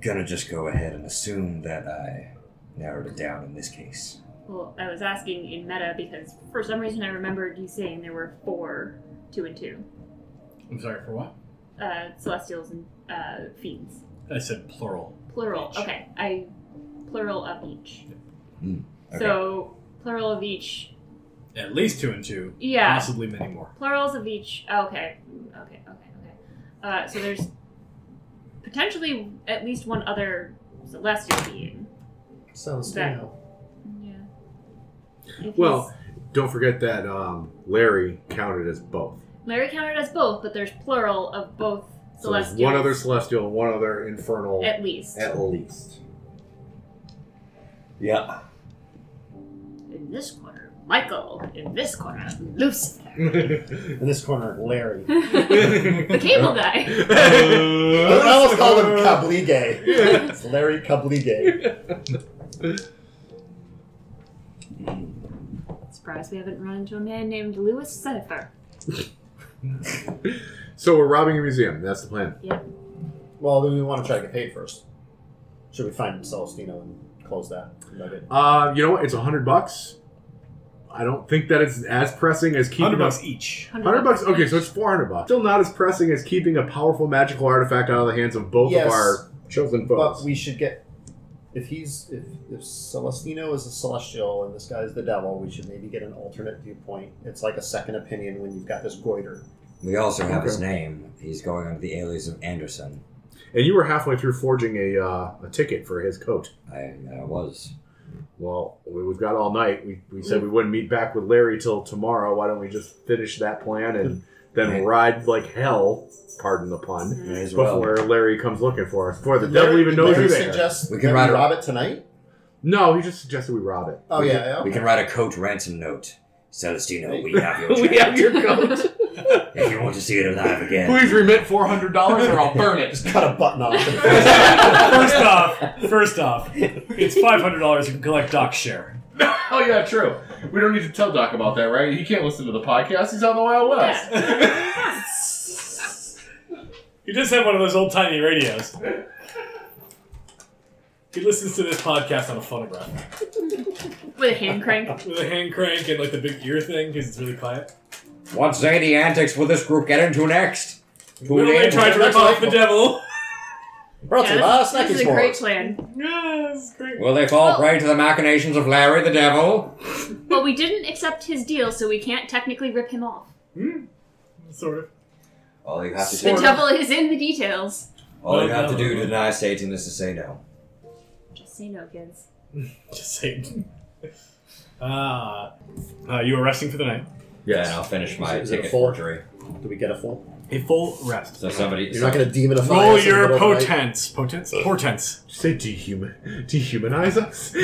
Speaker 2: gonna just go ahead and assume that i narrowed it down in this case
Speaker 4: Well, I was asking in meta because for some reason I remembered you saying there were four, two and two,
Speaker 3: I'm sorry, for what?
Speaker 4: uh, celestials and uh, fiends,
Speaker 3: I said plural.
Speaker 4: plural.
Speaker 3: Each.
Speaker 4: Okay, I plural of each.
Speaker 2: Hmm, okay.
Speaker 4: So plural of each.
Speaker 3: At least two and two.
Speaker 4: Yeah.
Speaker 3: Possibly many more.
Speaker 4: plurals of each. oh, okay, Mm, okay, okay, okay. Uh, so there's potentially at least one other celestial being.
Speaker 5: Sounds
Speaker 4: That-
Speaker 5: now.
Speaker 4: Yeah. If
Speaker 6: Well-
Speaker 4: he's-
Speaker 6: don't forget that um, Larry counted as both.
Speaker 4: Larry counted as both, but there's plural of both
Speaker 6: So there's
Speaker 4: celestials.
Speaker 6: one other celestial, one other infernal,
Speaker 4: at least.
Speaker 6: at least.
Speaker 2: yeah
Speaker 4: in this corner, Michael. In this corner, Lucifer.
Speaker 5: In this corner, Larry.
Speaker 4: the cable
Speaker 6: Uh,
Speaker 4: guy.
Speaker 5: I almost called him Kablige. It's Larry Kablige.
Speaker 4: Surprised we haven't run into a man named Louis Cipher.
Speaker 6: So we're robbing a museum. That's the plan.
Speaker 5: Well, then we want to try to get paid first. Should we find Celestino and close that nugget?
Speaker 6: Uh, you know what? It's a hundred bucks. I don't think that it's as pressing as keeping
Speaker 3: 100
Speaker 6: a-
Speaker 3: bucks each.
Speaker 6: Hundred bucks. Okay, so it's four hundred bucks. Still not as pressing as keeping a powerful magical artifact out of the hands of both
Speaker 5: Yes.
Speaker 6: of our chosen
Speaker 5: But
Speaker 6: foes.
Speaker 5: we should get. If he's if, if Celestino is a celestial and this guy's the devil, we should maybe get an alternate viewpoint. It's like a second opinion when you've got this goiter.
Speaker 2: we also have his
Speaker 6: Okay.
Speaker 2: name he's going under the alias of anderson
Speaker 6: and you were halfway through forging a uh, a ticket for his coat.
Speaker 2: i, I was
Speaker 6: Well, we- we've got all night. We, we said we wouldn't meet back with Larry till tomorrow. Why don't we just finish that plan and then
Speaker 2: Okay.
Speaker 6: ride like hell? Pardon the pun.
Speaker 2: May as well.
Speaker 6: Before Larry comes looking for us, before the devil even knows
Speaker 5: Larry
Speaker 6: you're there.
Speaker 5: suggests
Speaker 2: We can
Speaker 5: that
Speaker 2: ride
Speaker 5: we
Speaker 2: it.
Speaker 5: rob it tonight.
Speaker 6: no, he just suggested we rob it.
Speaker 5: Oh yeah, yeah.
Speaker 2: We can write a coat ransom note. Celestino, we have your
Speaker 6: we
Speaker 2: check.
Speaker 6: have your coat.
Speaker 2: If you want to see it alive again,
Speaker 6: Please remit four hundred dollars, or I'll burn it.
Speaker 5: Just cut a button off.
Speaker 3: first off, first off, it's $500 you can collect Doc share.
Speaker 7: Oh yeah, true. We don't need to tell Doc about that, right? He can't listen to the podcast. He's on the Wild West.
Speaker 3: He does have one of those old tiny radios. He listens to this podcast on a phonograph
Speaker 4: With a hand crank.
Speaker 3: with a hand crank and like the big ear thing because it's really quiet.
Speaker 2: what zany antics will this group get into next? Who
Speaker 3: Well,
Speaker 2: named
Speaker 3: they tried to rip off the devil.
Speaker 5: Brought to you by
Speaker 4: Yeah, this, this
Speaker 5: Snacky's
Speaker 4: is a great
Speaker 5: Wars.
Speaker 4: plan.
Speaker 3: Yeah, that's great.
Speaker 2: Will they fall prey to the machinations of Larry the Devil?
Speaker 4: But we didn't accept his deal, so we can't technically rip him off.
Speaker 3: Sort of.
Speaker 2: All you have to
Speaker 4: The
Speaker 2: do,
Speaker 3: Sort of.
Speaker 4: devil is in the details.
Speaker 2: all you have to do to deny Satan is to say no.
Speaker 4: Just say no, kids.
Speaker 3: Just saying. Uh, uh, you are resting for the night.
Speaker 2: Yeah, and I'll finish my
Speaker 5: Is it a
Speaker 2: ticket
Speaker 5: full?
Speaker 2: forgery.
Speaker 5: Do we get a full?
Speaker 3: A full rest.
Speaker 2: So somebody,
Speaker 5: You're not going to demonify
Speaker 3: Roll
Speaker 5: us in the
Speaker 3: your
Speaker 5: middle of the night?
Speaker 3: potence. Potence? Portents.
Speaker 6: Did you say dehuman, dehumanize us?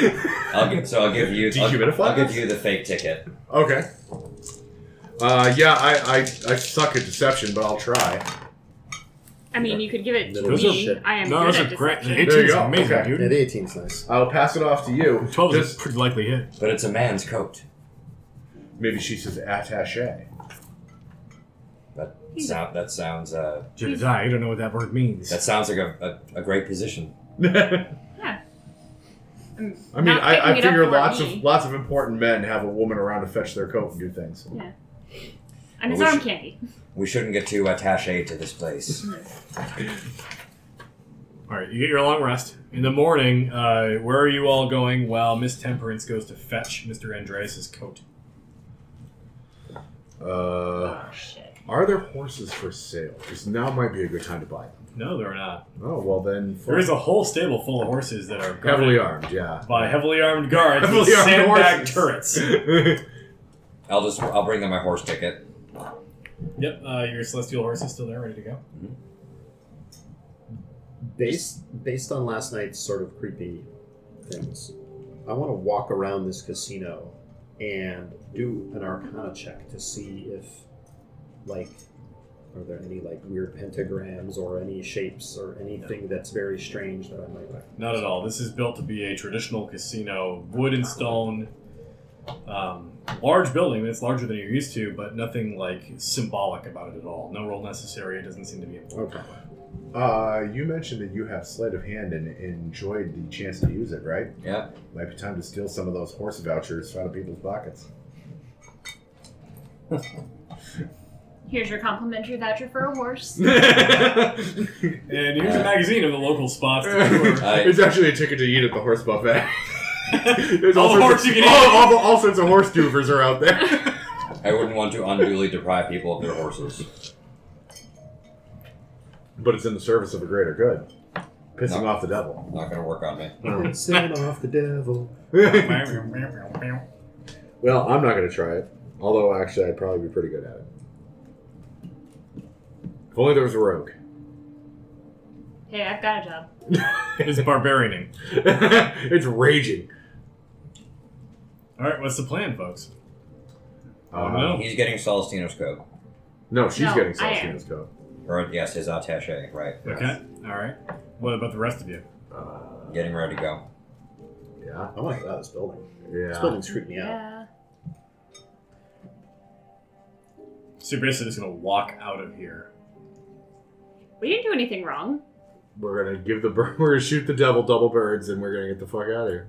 Speaker 2: I'll give, so I'll give you,
Speaker 6: Dehumidify
Speaker 2: I'll, I'll give
Speaker 6: us?
Speaker 2: you the fake ticket.
Speaker 6: okay. Uh, yeah, I, I, I suck at deception, but I'll try.
Speaker 4: I mean, you could give it to
Speaker 5: Those
Speaker 3: are
Speaker 4: me.
Speaker 5: shit.
Speaker 4: I am
Speaker 3: No,
Speaker 4: good
Speaker 3: those
Speaker 4: at
Speaker 3: are great.
Speaker 4: deception.
Speaker 3: It's
Speaker 6: There you go.
Speaker 3: amazing,
Speaker 6: Okay.
Speaker 5: Yeah,
Speaker 3: dude.
Speaker 5: the 18's nice.
Speaker 6: I'll pass it off to you.
Speaker 3: 12 is a
Speaker 6: Just,
Speaker 3: pretty likely hit.
Speaker 2: But it's a man's coat.
Speaker 6: maybe she says attaché.
Speaker 2: That sound, that sounds, uh,
Speaker 3: Jedediah, I don't know what that word means.
Speaker 2: that sounds like a, a, a great position.
Speaker 4: Yeah.
Speaker 6: I mean,
Speaker 4: Not picking
Speaker 6: I, I
Speaker 4: it up
Speaker 6: figure
Speaker 4: for
Speaker 6: lots
Speaker 4: me.
Speaker 6: of lots of important men have a woman around to fetch their coat and do things.
Speaker 4: Yeah. And
Speaker 2: Well,
Speaker 4: his
Speaker 2: we
Speaker 4: arm
Speaker 2: should-
Speaker 4: candy.
Speaker 2: We shouldn't get too attaché to this place.
Speaker 3: All right, you get your long rest. In the morning, uh, where are you all going? Well, Miss Temperance goes to fetch Mr. Andreas's coat.
Speaker 6: Uh,
Speaker 4: Oh, Shit.
Speaker 6: are there horses for sale? Because now might be a good time to buy them.
Speaker 3: No, they're not.
Speaker 6: Oh well, then for
Speaker 3: There is a whole stable full of horses that are guarded
Speaker 6: heavily armed. Yeah.
Speaker 3: by heavily armed guards
Speaker 6: Heavily
Speaker 3: with
Speaker 6: armed
Speaker 3: sandbag
Speaker 6: horses.
Speaker 3: turrets.
Speaker 2: I'll just, I'll bring them my horse ticket.
Speaker 3: Yep, uh, your celestial horse is still there, ready to go.
Speaker 5: Based based on last night's sort of creepy things, I want to walk around this casino and do an Arcana check to see if, like, are there any like weird pentagrams or any shapes or anything that's very strange that I might recognize.
Speaker 3: Not at all. This is built to be a traditional casino, wood and stone, um, large building that's larger than you're used to, but nothing like symbolic about it at all. No role necessary. It doesn't seem to be important.
Speaker 5: Okay.
Speaker 6: Uh, you mentioned that you have sleight of hand and enjoyed the chance to use it, right?
Speaker 2: Yeah.
Speaker 6: Might be time to steal some of those horse vouchers out of people's pockets.
Speaker 4: Here's your complimentary voucher for a horse.
Speaker 3: And here's a
Speaker 2: Uh,
Speaker 3: magazine of the local spots to tour.
Speaker 2: I-
Speaker 6: it's actually a ticket to eat at the horse buffet. There's
Speaker 3: All the horse
Speaker 6: sorts
Speaker 3: you
Speaker 6: of,
Speaker 3: can
Speaker 6: all,
Speaker 3: eat.
Speaker 6: all, all sorts of horse doovers are out there.
Speaker 2: I wouldn't want to unduly deprive people of their horses.
Speaker 6: but it's in the service of a greater good. Pissing
Speaker 2: No.
Speaker 6: off the devil.
Speaker 2: Not gonna work on me.
Speaker 5: Send off the devil.
Speaker 6: well, I'm not going to try it. Although, actually, I'd probably be pretty good at it. If only there was a rogue.
Speaker 4: hey, I've got a job.
Speaker 3: It's barbarianing.
Speaker 6: it's raging.
Speaker 3: All right, what's the plan, folks? I don't
Speaker 6: Uh,
Speaker 3: know.
Speaker 2: He's getting Celestino's coat.
Speaker 6: No, she's
Speaker 4: No,
Speaker 6: getting
Speaker 4: I am.
Speaker 6: Celestina's coat.
Speaker 2: Or, yes, his attaché, right.
Speaker 3: Okay, all right. What about the rest of you?
Speaker 6: Uh,
Speaker 2: Getting ready to go.
Speaker 6: yeah.
Speaker 5: I want to get out of this building. This
Speaker 6: Yeah.
Speaker 5: building's creeping me out.
Speaker 3: So you're basically just gonna walk out of here.
Speaker 4: We didn't do anything wrong.
Speaker 6: We're gonna give the bird. We're gonna shoot the devil double birds, and we're gonna get the fuck out of here.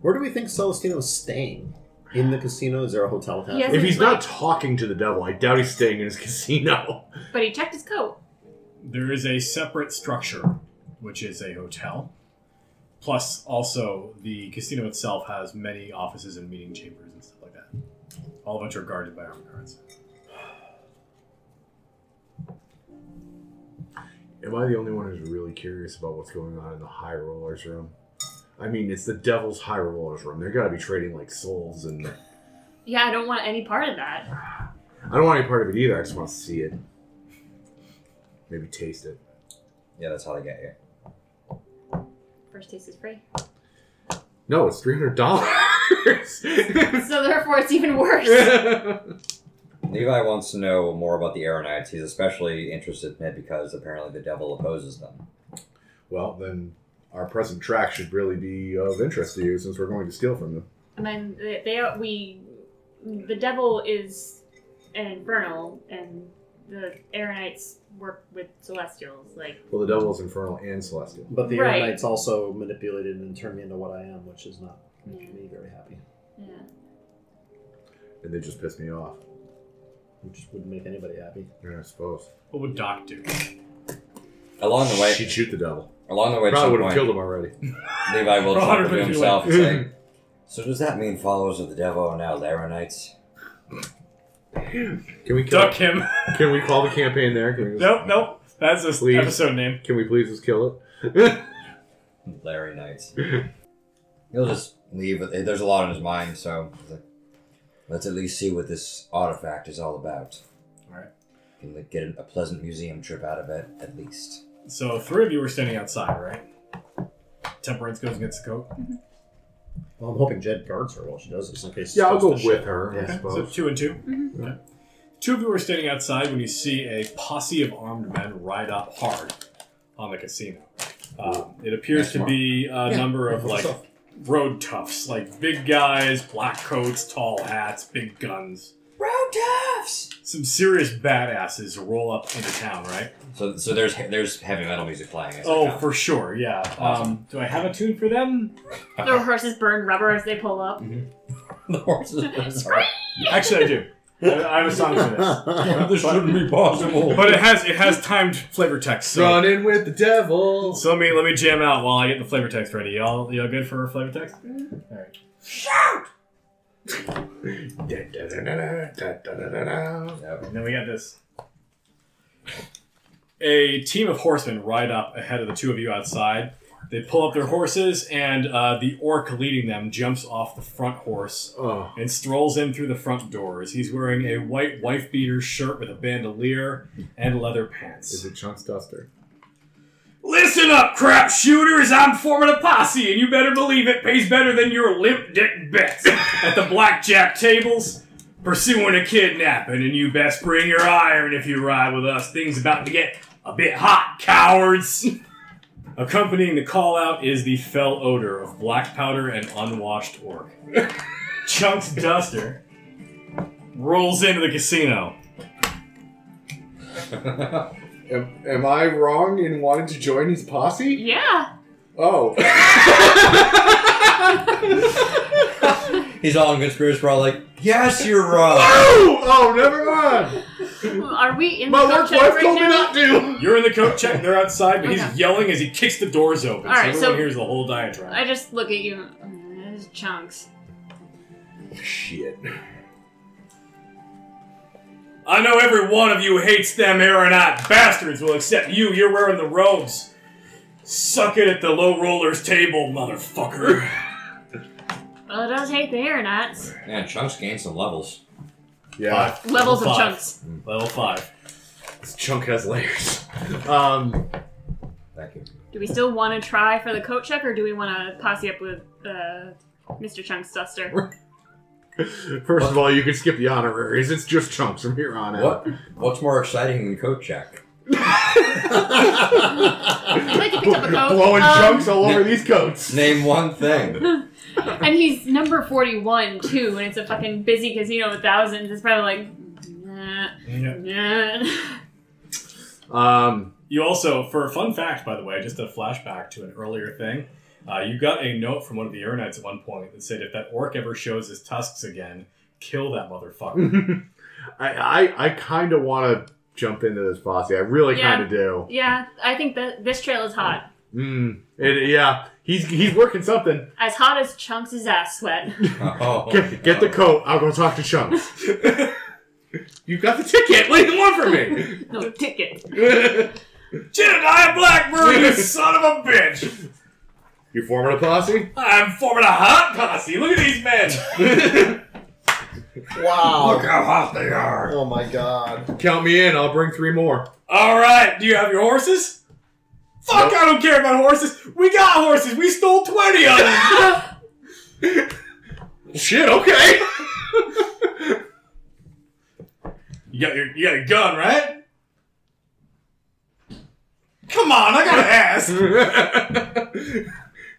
Speaker 5: Where do we think Celestino's staying? In the casino? Is there a hotel attached?
Speaker 4: Yes.
Speaker 6: If he's
Speaker 4: Right.
Speaker 6: not talking to the devil, I doubt he's staying in his casino.
Speaker 4: But he checked his coat.
Speaker 3: There is a separate structure, which is a hotel. Plus, also the casino itself has many offices and meeting chambers and stuff like that. All of which are guarded by armed guards.
Speaker 6: Am I the only one who's really curious about what's going on in the high rollers room? I mean, it's the devil's high rollers room. They're gotta be trading like souls, and I
Speaker 4: Yeah, I don't want any part of that.
Speaker 6: don't want any part of it either. I just want to see it, maybe taste it.
Speaker 2: Yeah, that's how they get you.
Speaker 4: First taste is free.
Speaker 6: No, it's three hundred dollars.
Speaker 4: So therefore, it's even worse.
Speaker 2: Levi wants to know more about the Aaronites. He's especially interested in it because apparently the devil opposes them.
Speaker 6: Well, then our present track should really be of interest to you since we're going to steal from them.
Speaker 4: and then they, they are, we, the devil is an infernal, and the Aaronites work with celestials. Like
Speaker 6: Well, the devil is infernal and celestial.
Speaker 5: But the
Speaker 4: Right.
Speaker 5: Aaronites also manipulated and turned me into what I am, which is not making me very happy.
Speaker 4: Yeah.
Speaker 6: And they just pissed me off.
Speaker 5: Which wouldn't make anybody happy.
Speaker 6: Yeah, I suppose.
Speaker 3: What would Doc do?
Speaker 2: Along the way,
Speaker 6: She'd shoot the devil.
Speaker 2: along the way, at
Speaker 6: Probably
Speaker 2: some
Speaker 6: would have
Speaker 2: point,
Speaker 6: killed him already.
Speaker 2: Levi will
Speaker 3: Probably
Speaker 2: chuckle to
Speaker 3: would've
Speaker 2: himself and
Speaker 3: killed him.
Speaker 2: say, "So does that mean followers of the devil are now Laranites?"
Speaker 6: Can we kill
Speaker 3: Duck him.
Speaker 6: Can we call the campaign there? Can we just,
Speaker 3: nope, nope. That's this
Speaker 6: Please.
Speaker 3: episode name.
Speaker 6: Can we please just kill it?
Speaker 2: Larry Knights. He'll just leave. with- There's a lot on his mind, so he's like, let's at least see what this artifact is all about.
Speaker 3: Alright.
Speaker 2: Can like, get a pleasant museum trip out of it, at least.
Speaker 3: So three of you were standing outside, right? Temperance goes against the coat.
Speaker 5: Well, I'm hoping Jed guards her while she does this in case.
Speaker 6: yeah, I'll go
Speaker 5: she does this shit.
Speaker 6: with her. I
Speaker 5: Yeah.
Speaker 3: So
Speaker 6: suppose.
Speaker 3: two and 2 Okay. Two of you were standing outside when you see a posse of armed men ride up hard on the casino. Um, it appears to be a number of like road toughs, like big guys, black coats, tall hats, big guns.
Speaker 2: Road Tufts!
Speaker 3: Some serious badasses roll up into town, right?
Speaker 2: So, so there's there's heavy metal music playing. as they
Speaker 3: Oh,
Speaker 2: come.
Speaker 3: for sure, yeah. Um,
Speaker 2: Awesome.
Speaker 3: do I have a tune for them?
Speaker 4: Their horses burn rubber as they pull up.
Speaker 2: the horses. Sorry.
Speaker 3: Actually, I do. I, I have a song for this,
Speaker 2: this shouldn't be possible.
Speaker 3: but it has it has timed flavor text. So
Speaker 6: Running with the devil.
Speaker 3: So let me let me jam out while I get the flavor text ready. Y'all y'all good for flavor text? Alright.
Speaker 2: Yep.
Speaker 3: And then we got this. A team of horsemen ride up ahead of the two of you outside. They pull up their horses, and uh, the orc leading them jumps off the front horse
Speaker 6: Oh,
Speaker 3: and strolls in through the front doors. He's wearing a white wife beater shirt with a bandolier and leather pants.
Speaker 6: is it Chunks Duster?
Speaker 3: Listen up, crap shooters! I'm forming a posse, and you better believe it pays better than your limp dick bets at the blackjack tables. Pursuing a kidnapping, and you best bring your iron if you ride with us. Things about to get a bit hot, cowards. Accompanying the call out is the fell odor of black powder and unwashed orc. Chunks Duster rolls into the casino.
Speaker 6: Am, am I wrong in wanting to join his posse?
Speaker 4: Yeah.
Speaker 6: Oh,
Speaker 2: He's all in good spirits. We're all like, yes, you're wrong.
Speaker 6: oh, never mind.
Speaker 4: Are we in
Speaker 6: My
Speaker 4: the
Speaker 6: work
Speaker 4: coach
Speaker 6: wife
Speaker 4: right
Speaker 6: told me
Speaker 4: now?
Speaker 6: not to.
Speaker 3: You're in the coat check, they're outside, but
Speaker 4: Okay.
Speaker 3: he's yelling as he kicks the doors open.
Speaker 4: All right,
Speaker 3: so everyone
Speaker 4: so-
Speaker 3: hears the whole diatribe.
Speaker 4: I just look at you. Mm, There's chunks.
Speaker 6: Shit.
Speaker 3: I know every one of you hates them Aaronite bastards. Well, except you. You're wearing the robes. Suck it at the low rollers table, motherfucker.
Speaker 4: Well, it does hate the Aeronauts.
Speaker 2: Man, Chunks gained some levels.
Speaker 6: Yeah,
Speaker 3: Five.
Speaker 4: Levels of
Speaker 3: Five.
Speaker 4: chunks.
Speaker 3: Level five.
Speaker 6: this chunk has layers. Um,
Speaker 2: Thank you.
Speaker 4: Do we still want to try for the coat check, or do we want to posse up with uh, Mr. Chunks Duster?
Speaker 6: first of all, you can skip the honoraries. It's just chunks from here on out.
Speaker 2: What? What's more exciting than coat check?
Speaker 4: I'd like to pick up a coat.
Speaker 6: Blowing
Speaker 4: Um,
Speaker 6: chunks all over these coats.
Speaker 2: Name one thing.
Speaker 4: And he's number 41, too, and it's a fucking busy casino with thousands. It's probably like. Nah, nah.
Speaker 6: Um,
Speaker 3: You also, for a fun fact, by the way, just a flashback to an earlier thing. Uh, you got a note from one of the Aaronites at one point that said, "If that orc ever shows his tusks again, kill that motherfucker."
Speaker 6: I I, I kind of want to jump into this posse. I really
Speaker 4: Yeah.
Speaker 6: kind of do.
Speaker 4: Yeah, I think that this trail is hot.
Speaker 6: Mm, it, yeah, he's he's working something.
Speaker 4: As hot as Chunks' ass sweat.
Speaker 2: Oh,
Speaker 6: Get, get the
Speaker 2: no.
Speaker 6: coat. I'll go talk to Chunks. you got the ticket. What do you want from me?
Speaker 4: No ticket.
Speaker 3: Jedediah Blackbird, you son of a bitch!
Speaker 6: you forming a posse?
Speaker 3: I'm forming a hot posse. Look at these men.
Speaker 5: Wow.
Speaker 2: oh, Look how hot they are.
Speaker 5: Oh my god.
Speaker 6: Count me in. I'll bring three more.
Speaker 3: All right, do you have your horses? Fuck, I don't care about horses. We got horses. We stole 20 of them.
Speaker 6: Shit. Okay.
Speaker 3: you got your you got a gun, right? Come on, I got to ask.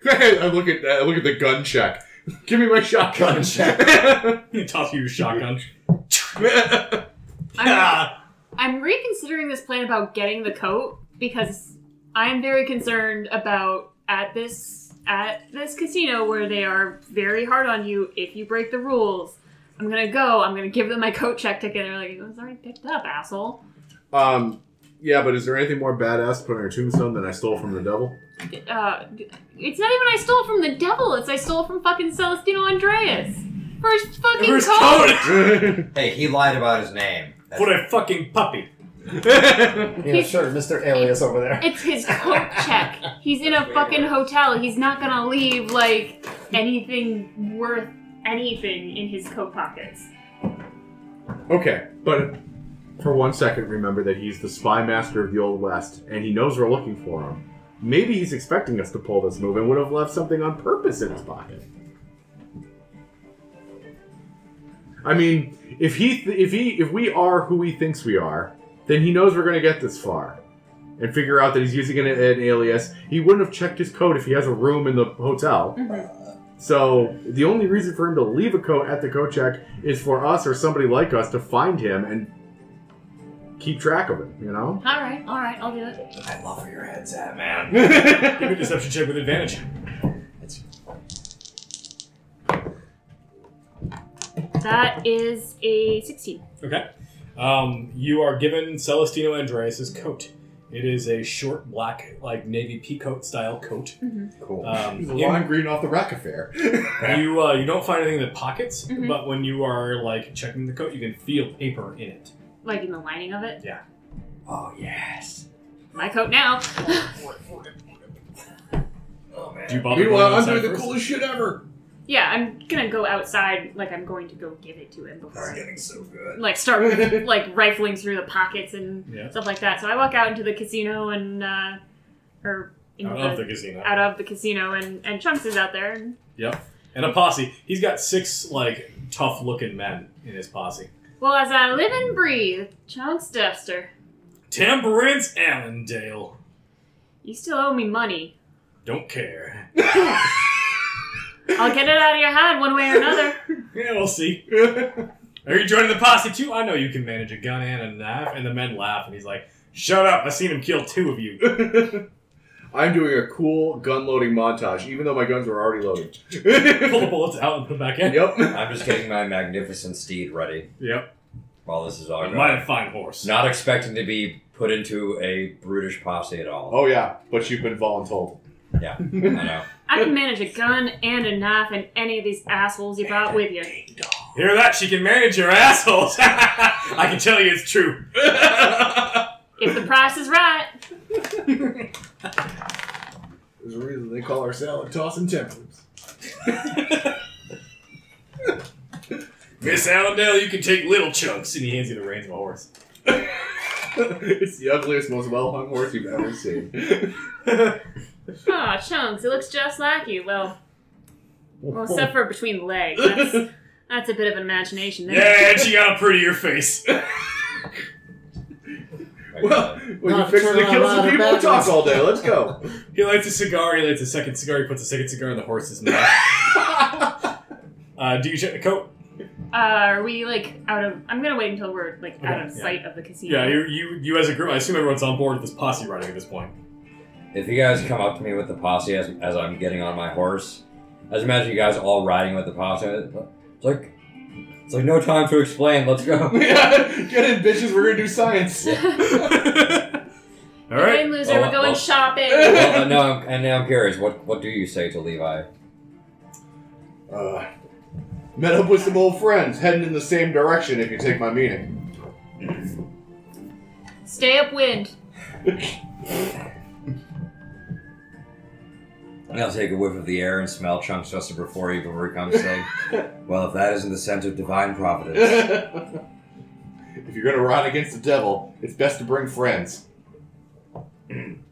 Speaker 6: I look at I look at the gun check. Give me my shotgun check.
Speaker 3: you toss you your shotgun.
Speaker 4: I'm,
Speaker 3: Ah,
Speaker 4: I'm reconsidering this plan about getting the coat because I'm very concerned about at this at this casino where they are very hard on you if you break the rules. I'm gonna go. I'm gonna give them my coat check ticket. And they're like, "It was already picked up, asshole."
Speaker 6: um, Yeah, but is there anything more badass to put on your tombstone than I stole from the devil?
Speaker 4: Uh, it's not even I stole from the devil. It's I stole from fucking Celestino Andreas. First fucking
Speaker 3: Where's
Speaker 4: code.
Speaker 3: Conan?
Speaker 2: Hey, he lied about his name. That's-
Speaker 3: What a fucking puppy.
Speaker 5: Yeah, sure, Mr. Alias over there.
Speaker 4: It's his coat check. He's in a fucking hotel. He's not gonna leave like anything worth anything in his coat pockets.
Speaker 6: Okay, but for one second, remember that he's the spy master of the Old West, and he knows we're looking for him. Maybe he's expecting us to pull this move and would have left something on purpose in his pocket. I mean, if he, th- if he, if we are who he thinks we are, then he knows we're going to get this far, and figure out that he's using an, an alias. He wouldn't have checked his code if he has a room in the hotel.
Speaker 4: Mm-hmm.
Speaker 6: So the only reason for him to leave a coat at the coat check is for us or somebody like us to find him and keep track of him. You know.
Speaker 4: All right, all right, I'll do it.
Speaker 2: I love where your head's at, man.
Speaker 3: Give me a deception check with advantage.
Speaker 2: That's-
Speaker 4: That is a sixteen.
Speaker 3: Okay. Um, you are given Celestino Andreas's coat. It is a short black, like navy peacoat style coat.
Speaker 4: Mm-hmm.
Speaker 2: cool.
Speaker 3: Um, in-
Speaker 6: green off the Rockefeller.
Speaker 3: you uh, you don't find anything in the pockets,
Speaker 4: Mhm.
Speaker 3: but when you are like checking the coat, you can feel paper in it.
Speaker 4: Like in the lining of it.
Speaker 2: oh yes.
Speaker 4: My coat now.
Speaker 2: Oh man.
Speaker 3: Do you bother? going outside first?
Speaker 6: shit ever.
Speaker 4: yeah, I'm gonna go outside. Like I'm going to go give it to him before.
Speaker 2: It's
Speaker 4: I-
Speaker 2: getting so good.
Speaker 4: Like start like rifling through the pockets and
Speaker 3: Yeah.
Speaker 4: stuff like that. So I walk out into the casino and uh, or into
Speaker 3: Out of the casino.
Speaker 4: out of the casino and and Chunks is out there and
Speaker 3: Yep. And a posse. He's got six like tough looking men in his posse.
Speaker 4: Well, as I live and breathe, Chunks Dexter,
Speaker 3: Temperance Allendale.
Speaker 4: you still owe me money.
Speaker 3: Don't care.
Speaker 4: I'll get it out of your hand one way or another.
Speaker 3: Yeah, we'll see. Are you joining the posse too? I know you can manage a gun and a knife. And the men laugh, and he's like, "Shut up! I seen him kill two of you."
Speaker 6: I'm doing a cool gun loading montage, even though my guns were already loaded.
Speaker 3: Pull the bullets out and put them back in.
Speaker 6: yep.
Speaker 2: I'm just getting my magnificent steed ready
Speaker 3: Yep.
Speaker 2: while this is all
Speaker 3: Might
Speaker 2: going.
Speaker 3: Mighty fine horse.
Speaker 2: Not expecting to be put into a brutish posse at all.
Speaker 6: Oh yeah, but you've been voluntold.
Speaker 2: Yeah, I know.
Speaker 4: I can manage a gun and a knife and any of these assholes you brought with you.
Speaker 3: Hear that? She can manage your assholes. I can tell you it's true.
Speaker 4: If the price is right.
Speaker 6: There's a reason they call our salad tossing temperance.
Speaker 3: Miss Allendale, you can take little chunks, and he hands you the reins of a horse.
Speaker 6: it's the ugliest, most well-hung horse you've ever seen.
Speaker 4: Aw, Chunks, it looks just like you. Well, well, except for between the legs. That's, that's a bit of an imagination there.
Speaker 3: Yeah, and she got a prettier face.
Speaker 2: Like, uh,
Speaker 6: well, when you
Speaker 5: Not
Speaker 6: fix it to
Speaker 5: turn
Speaker 6: kill
Speaker 5: around
Speaker 6: some
Speaker 5: and
Speaker 6: people, we'll talk
Speaker 5: backwards.
Speaker 6: all day. Let's go.
Speaker 3: He lights a cigar. He lights a second cigar. He puts a second cigar in the horse's mouth. uh, do you check the coat?
Speaker 4: Uh, are we, like, out of. I'm gonna wait until we're, like, out
Speaker 3: Okay,
Speaker 4: of
Speaker 3: yeah.
Speaker 4: sight of the casino.
Speaker 3: Yeah, you, you you as a group. I assume everyone's on board with this posse riding at this point.
Speaker 2: if you guys come up to me with the posse as, as I'm getting on my horse, I just imagine you guys all riding with the posse. It's like it's like no time to explain. Let's go.
Speaker 6: Get in, bitches. We're gonna do science.
Speaker 3: All right.
Speaker 4: Hey, loser,
Speaker 2: Well,
Speaker 4: we're going
Speaker 2: well-
Speaker 4: shopping.
Speaker 2: well, uh, no, I'm, and now I'm curious. What what do you say to Levi?
Speaker 6: Uh, met up with some old friends, heading in the same direction. If you take my meaning,
Speaker 4: Stay upwind.
Speaker 2: And I'll take a whiff of the air and smell chunks just before he even recomes, saying, "Well, if that isn't the sense of divine providence."
Speaker 6: if you're gonna ride against the devil, it's best to bring friends
Speaker 4: And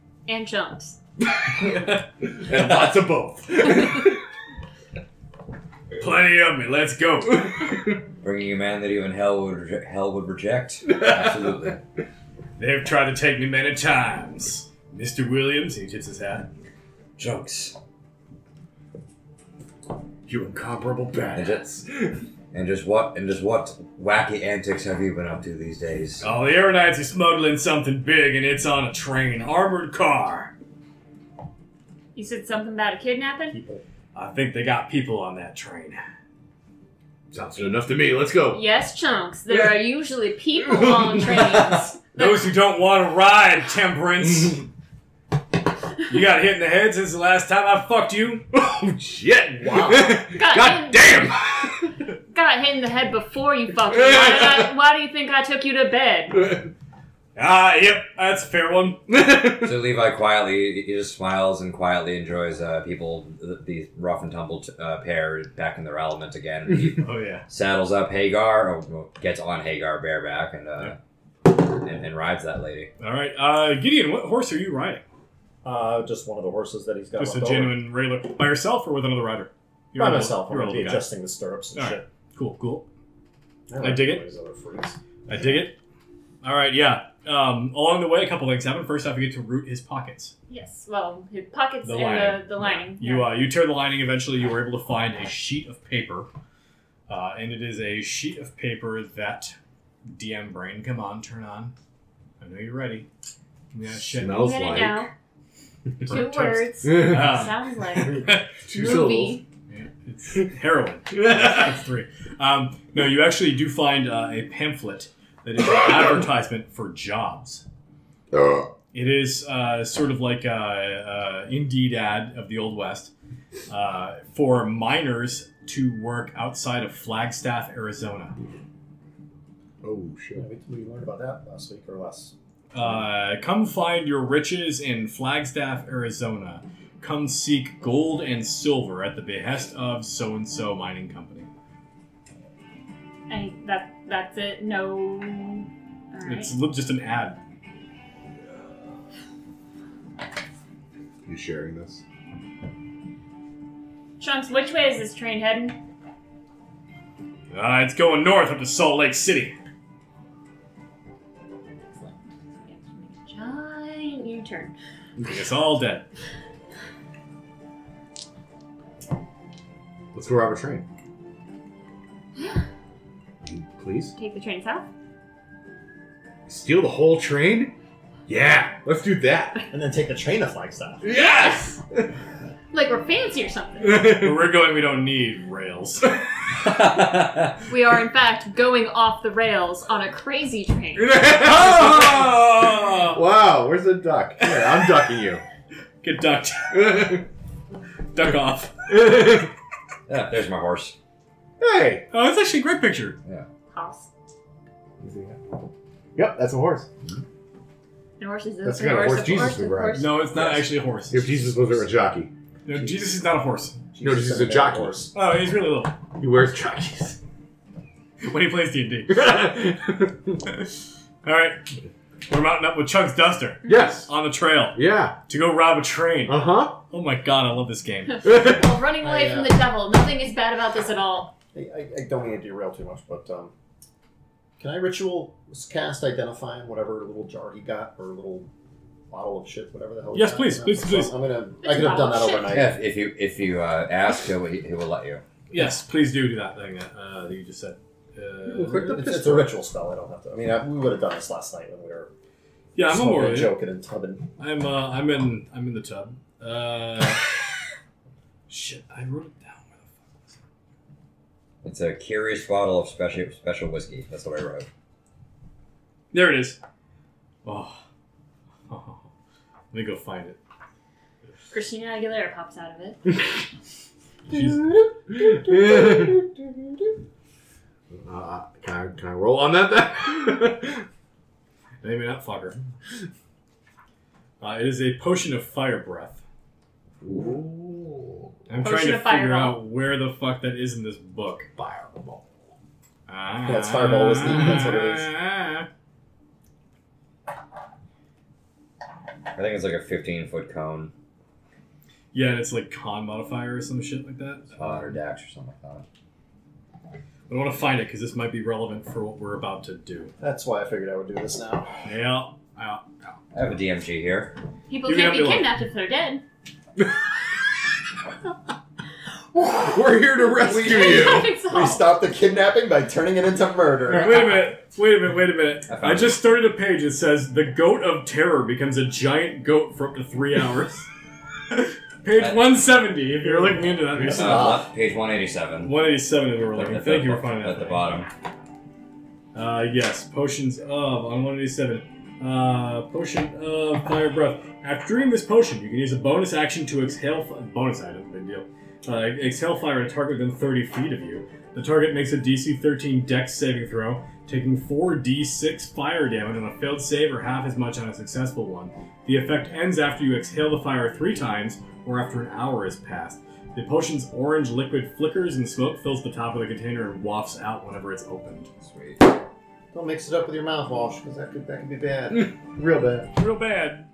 Speaker 4: Chunks.
Speaker 6: and lots of both.
Speaker 3: Plenty of me. Let's go.
Speaker 2: Bringing a man that even hell would reje- hell would reject. Absolutely.
Speaker 3: They've tried to take me many times. Mr. Williams, he tips his hat.
Speaker 2: Chunks.
Speaker 6: you incomparable
Speaker 2: And
Speaker 6: bad.
Speaker 2: just, and just what and just what wacky antics have you been up to these days?
Speaker 3: Oh, the Aeronites are smuggling something big, and it's on a train, armored car.
Speaker 4: You said something about a kidnapping?
Speaker 3: I think they got people on that train.
Speaker 6: Sounds good enough to me. Let's go.
Speaker 4: Yes, Chunks. There are usually people on trains.
Speaker 3: Those who don't want to ride, Temperance. you got hit in the head since the last time I fucked you.
Speaker 7: Oh shit! Wow.
Speaker 4: Got
Speaker 7: God
Speaker 4: hit-
Speaker 7: damn!
Speaker 4: Got hit in the head before you fucked me. Why, did I- why do you think I took you to bed?
Speaker 3: Ah, yep, that's a fair one.
Speaker 2: So Levi quietly, he- he just smiles and quietly enjoys uh, people, the, the rough and tumble uh, pair back in their element again. He
Speaker 3: Oh yeah.
Speaker 2: saddles up Hagar, or well, gets on Hagar bareback, and, uh, and and rides that lady.
Speaker 3: All right, uh, Gideon, what horse are you riding?
Speaker 5: Uh, just one of the horses that he's got.
Speaker 3: Just a
Speaker 5: left over.
Speaker 3: genuine Rayler by yourself or with another rider? You're
Speaker 5: By
Speaker 3: an old-
Speaker 5: myself, I'm
Speaker 3: You're an
Speaker 5: gonna be
Speaker 3: old guy.
Speaker 5: adjusting the stirrups and
Speaker 3: All
Speaker 5: shit.
Speaker 3: Cool, cool.
Speaker 5: don't
Speaker 3: I
Speaker 5: like
Speaker 3: dig
Speaker 5: all
Speaker 3: it.
Speaker 5: these other freaks.
Speaker 3: I dig it. All right, yeah. Um, along the way, a couple things happen. First off, you get to root his pockets.
Speaker 4: Yes, well, his pockets
Speaker 3: The
Speaker 4: and
Speaker 3: lining.
Speaker 4: the, the lining.
Speaker 3: You uh, you tear the lining. Eventually, you were able to find a sheet of paper, uh, and it is a sheet of paper that DM brain. Come on, turn on. I know you're ready. Yeah, shit.
Speaker 4: You
Speaker 6: Smells
Speaker 4: get it
Speaker 6: like.
Speaker 4: now. Two
Speaker 3: Burnt toast.
Speaker 4: words.
Speaker 3: Ah,
Speaker 4: Sounds like
Speaker 6: Two syllables.
Speaker 4: movie.
Speaker 3: yeah, it's heroin. That's three. Um, no, you actually do find uh, a pamphlet that is an advertisement for jobs. It is uh, sort of like a, uh Indeed ad of the Old West uh, for miners to work outside of Flagstaff, Arizona.
Speaker 6: Oh
Speaker 5: Yeah,
Speaker 6: shit.
Speaker 5: we, we learned about that last week or less.
Speaker 3: Uh, come find your riches in Flagstaff, Arizona. Come seek gold and silver at the behest of so and so mining company.
Speaker 4: And that that's it. No. All right.
Speaker 3: It's li- just an ad.
Speaker 6: You sharing this?
Speaker 4: Chunks, which way is this train heading?
Speaker 3: Uh, it's going north up to Salt Lake City.
Speaker 4: Giant U-turn.
Speaker 3: It's all dead.
Speaker 6: Let's go rob a train. Please?
Speaker 4: Take the train south.
Speaker 6: Steal the whole train? Yeah, let's do that.
Speaker 5: And then take the train to Flagstaff.
Speaker 6: Yes!
Speaker 4: Like we're fancy or something.
Speaker 3: Where we're going, we don't need rails.
Speaker 4: we are in fact going off the rails on a crazy train.
Speaker 6: Oh! wow, where's the duck? Here, I'm ducking you.
Speaker 3: Get ducked. Duck off.
Speaker 2: Yeah, there's my horse.
Speaker 6: hey!
Speaker 3: Oh, that's actually a great picture.
Speaker 4: Hoss.
Speaker 6: Yep, that's a horse.
Speaker 4: And horses.
Speaker 6: That's
Speaker 4: the
Speaker 6: the kind of
Speaker 4: horse,
Speaker 6: horse
Speaker 4: the
Speaker 6: Jesus
Speaker 4: horse,
Speaker 6: would
Speaker 4: the
Speaker 6: ride.
Speaker 4: horse.
Speaker 3: No, it's not actually a horse.
Speaker 6: If Jesus was a jockey,
Speaker 3: No, Jesus is not a horse.
Speaker 6: no, this is a jockey. Horse.
Speaker 3: Oh, he's really little.
Speaker 6: He wears jockeys.
Speaker 3: When he plays D&D.
Speaker 6: yes.
Speaker 3: All right. We're mounting up with Chuck's Duster on the trail
Speaker 6: Yeah.
Speaker 3: to go rob a train.
Speaker 6: Uh huh.
Speaker 3: Oh my god, I love this game.
Speaker 4: Well, running away
Speaker 5: I, uh,
Speaker 4: from the devil. Nothing is bad about this at all.
Speaker 5: I, I, I don't mean to derail too much, but um, can I ritual cast identify on whatever little jar he got or little bottle of shit, whatever the hell? he
Speaker 3: Yes,
Speaker 5: got?
Speaker 3: please,
Speaker 5: I'm
Speaker 3: please,
Speaker 5: gonna-
Speaker 3: please.
Speaker 5: I'm gonna.
Speaker 4: It's
Speaker 5: I could have done
Speaker 4: bottle
Speaker 5: that
Speaker 4: of shit.
Speaker 5: overnight.
Speaker 2: Yeah, if, if you if you uh, ask, he will, he will let you.
Speaker 3: Yes, please do do that thing that, uh, that you just said.
Speaker 5: It's,
Speaker 3: Uh,
Speaker 5: it's, a ritual spell. I don't have to. I mean, I, we would have done this last night when we were
Speaker 3: yeah, I'm on
Speaker 5: smoking
Speaker 3: board.
Speaker 5: and
Speaker 3: with it.
Speaker 5: joking and tubbing.
Speaker 3: I'm uh, I'm in I'm in the tub. Uh, shit, I wrote it down. Where the fuck was it?
Speaker 2: It's a curious bottle of special special whiskey. That's what I wrote.
Speaker 3: There it is. Oh. let me go find it.
Speaker 4: Christina Aguilera pops out of it.
Speaker 3: She's,
Speaker 6: Uh, can, I, can I roll on that then?
Speaker 3: maybe not fucker. Uh, it is a potion of fire breath.
Speaker 6: Ooh.
Speaker 3: I'm
Speaker 4: Potion
Speaker 3: trying to figure
Speaker 4: of fireball.
Speaker 3: out where the fuck that is in this book.
Speaker 6: Fireball.
Speaker 3: Ah,
Speaker 5: it's fireball, isn't it? That's what it is.
Speaker 2: I think it's like a 15 foot cone,
Speaker 3: Yeah, and it's like con modifier or some shit like that.
Speaker 2: uh, or dash or something like that.
Speaker 3: I want to find it because this might be relevant for what we're about to do.
Speaker 5: That's why I figured I would do this now.
Speaker 3: Yeah. yeah.
Speaker 2: I have a DMG here.
Speaker 4: People
Speaker 3: You're gonna
Speaker 4: can't be
Speaker 3: be like-
Speaker 4: kidnapped if they're dead.
Speaker 6: We're here to rescue you.
Speaker 4: It's all-
Speaker 5: We stopped the kidnapping by turning it into murder.
Speaker 3: Wait a minute. Wait a minute. Wait a minute.
Speaker 2: I found
Speaker 3: I just started a page that says the goat of terror becomes a giant goat for up to three hours. page
Speaker 2: That-
Speaker 3: 170. If you're looking into that,
Speaker 2: Uh,
Speaker 3: there's some-
Speaker 5: Ah.
Speaker 2: left- page 187.
Speaker 3: 187 is where we're
Speaker 2: Look
Speaker 3: looking.
Speaker 2: at
Speaker 3: Thank
Speaker 2: the-
Speaker 3: you for finding
Speaker 2: At
Speaker 3: that.
Speaker 2: the
Speaker 3: thing.
Speaker 2: bottom.
Speaker 3: Uh, yes, potions of on 187. Uh, potion of fire breath. After drinking this potion, you can use a bonus action to exhale. Fi- bonus item, big deal. Uh, exhale fire at a target within 30 feet of you. The target makes a DC 13 Dex saving throw, taking 4d6 fire damage on a failed save or half as much on a successful one. The effect ends after you exhale the fire three times or after an hour has passed. The potion's orange liquid flickers and smoke fills the top of the container and wafts out whenever it's opened.
Speaker 2: Sweet.
Speaker 5: Don't mix it up with your mouthwash because that could that could be bad, real bad.
Speaker 3: Real bad.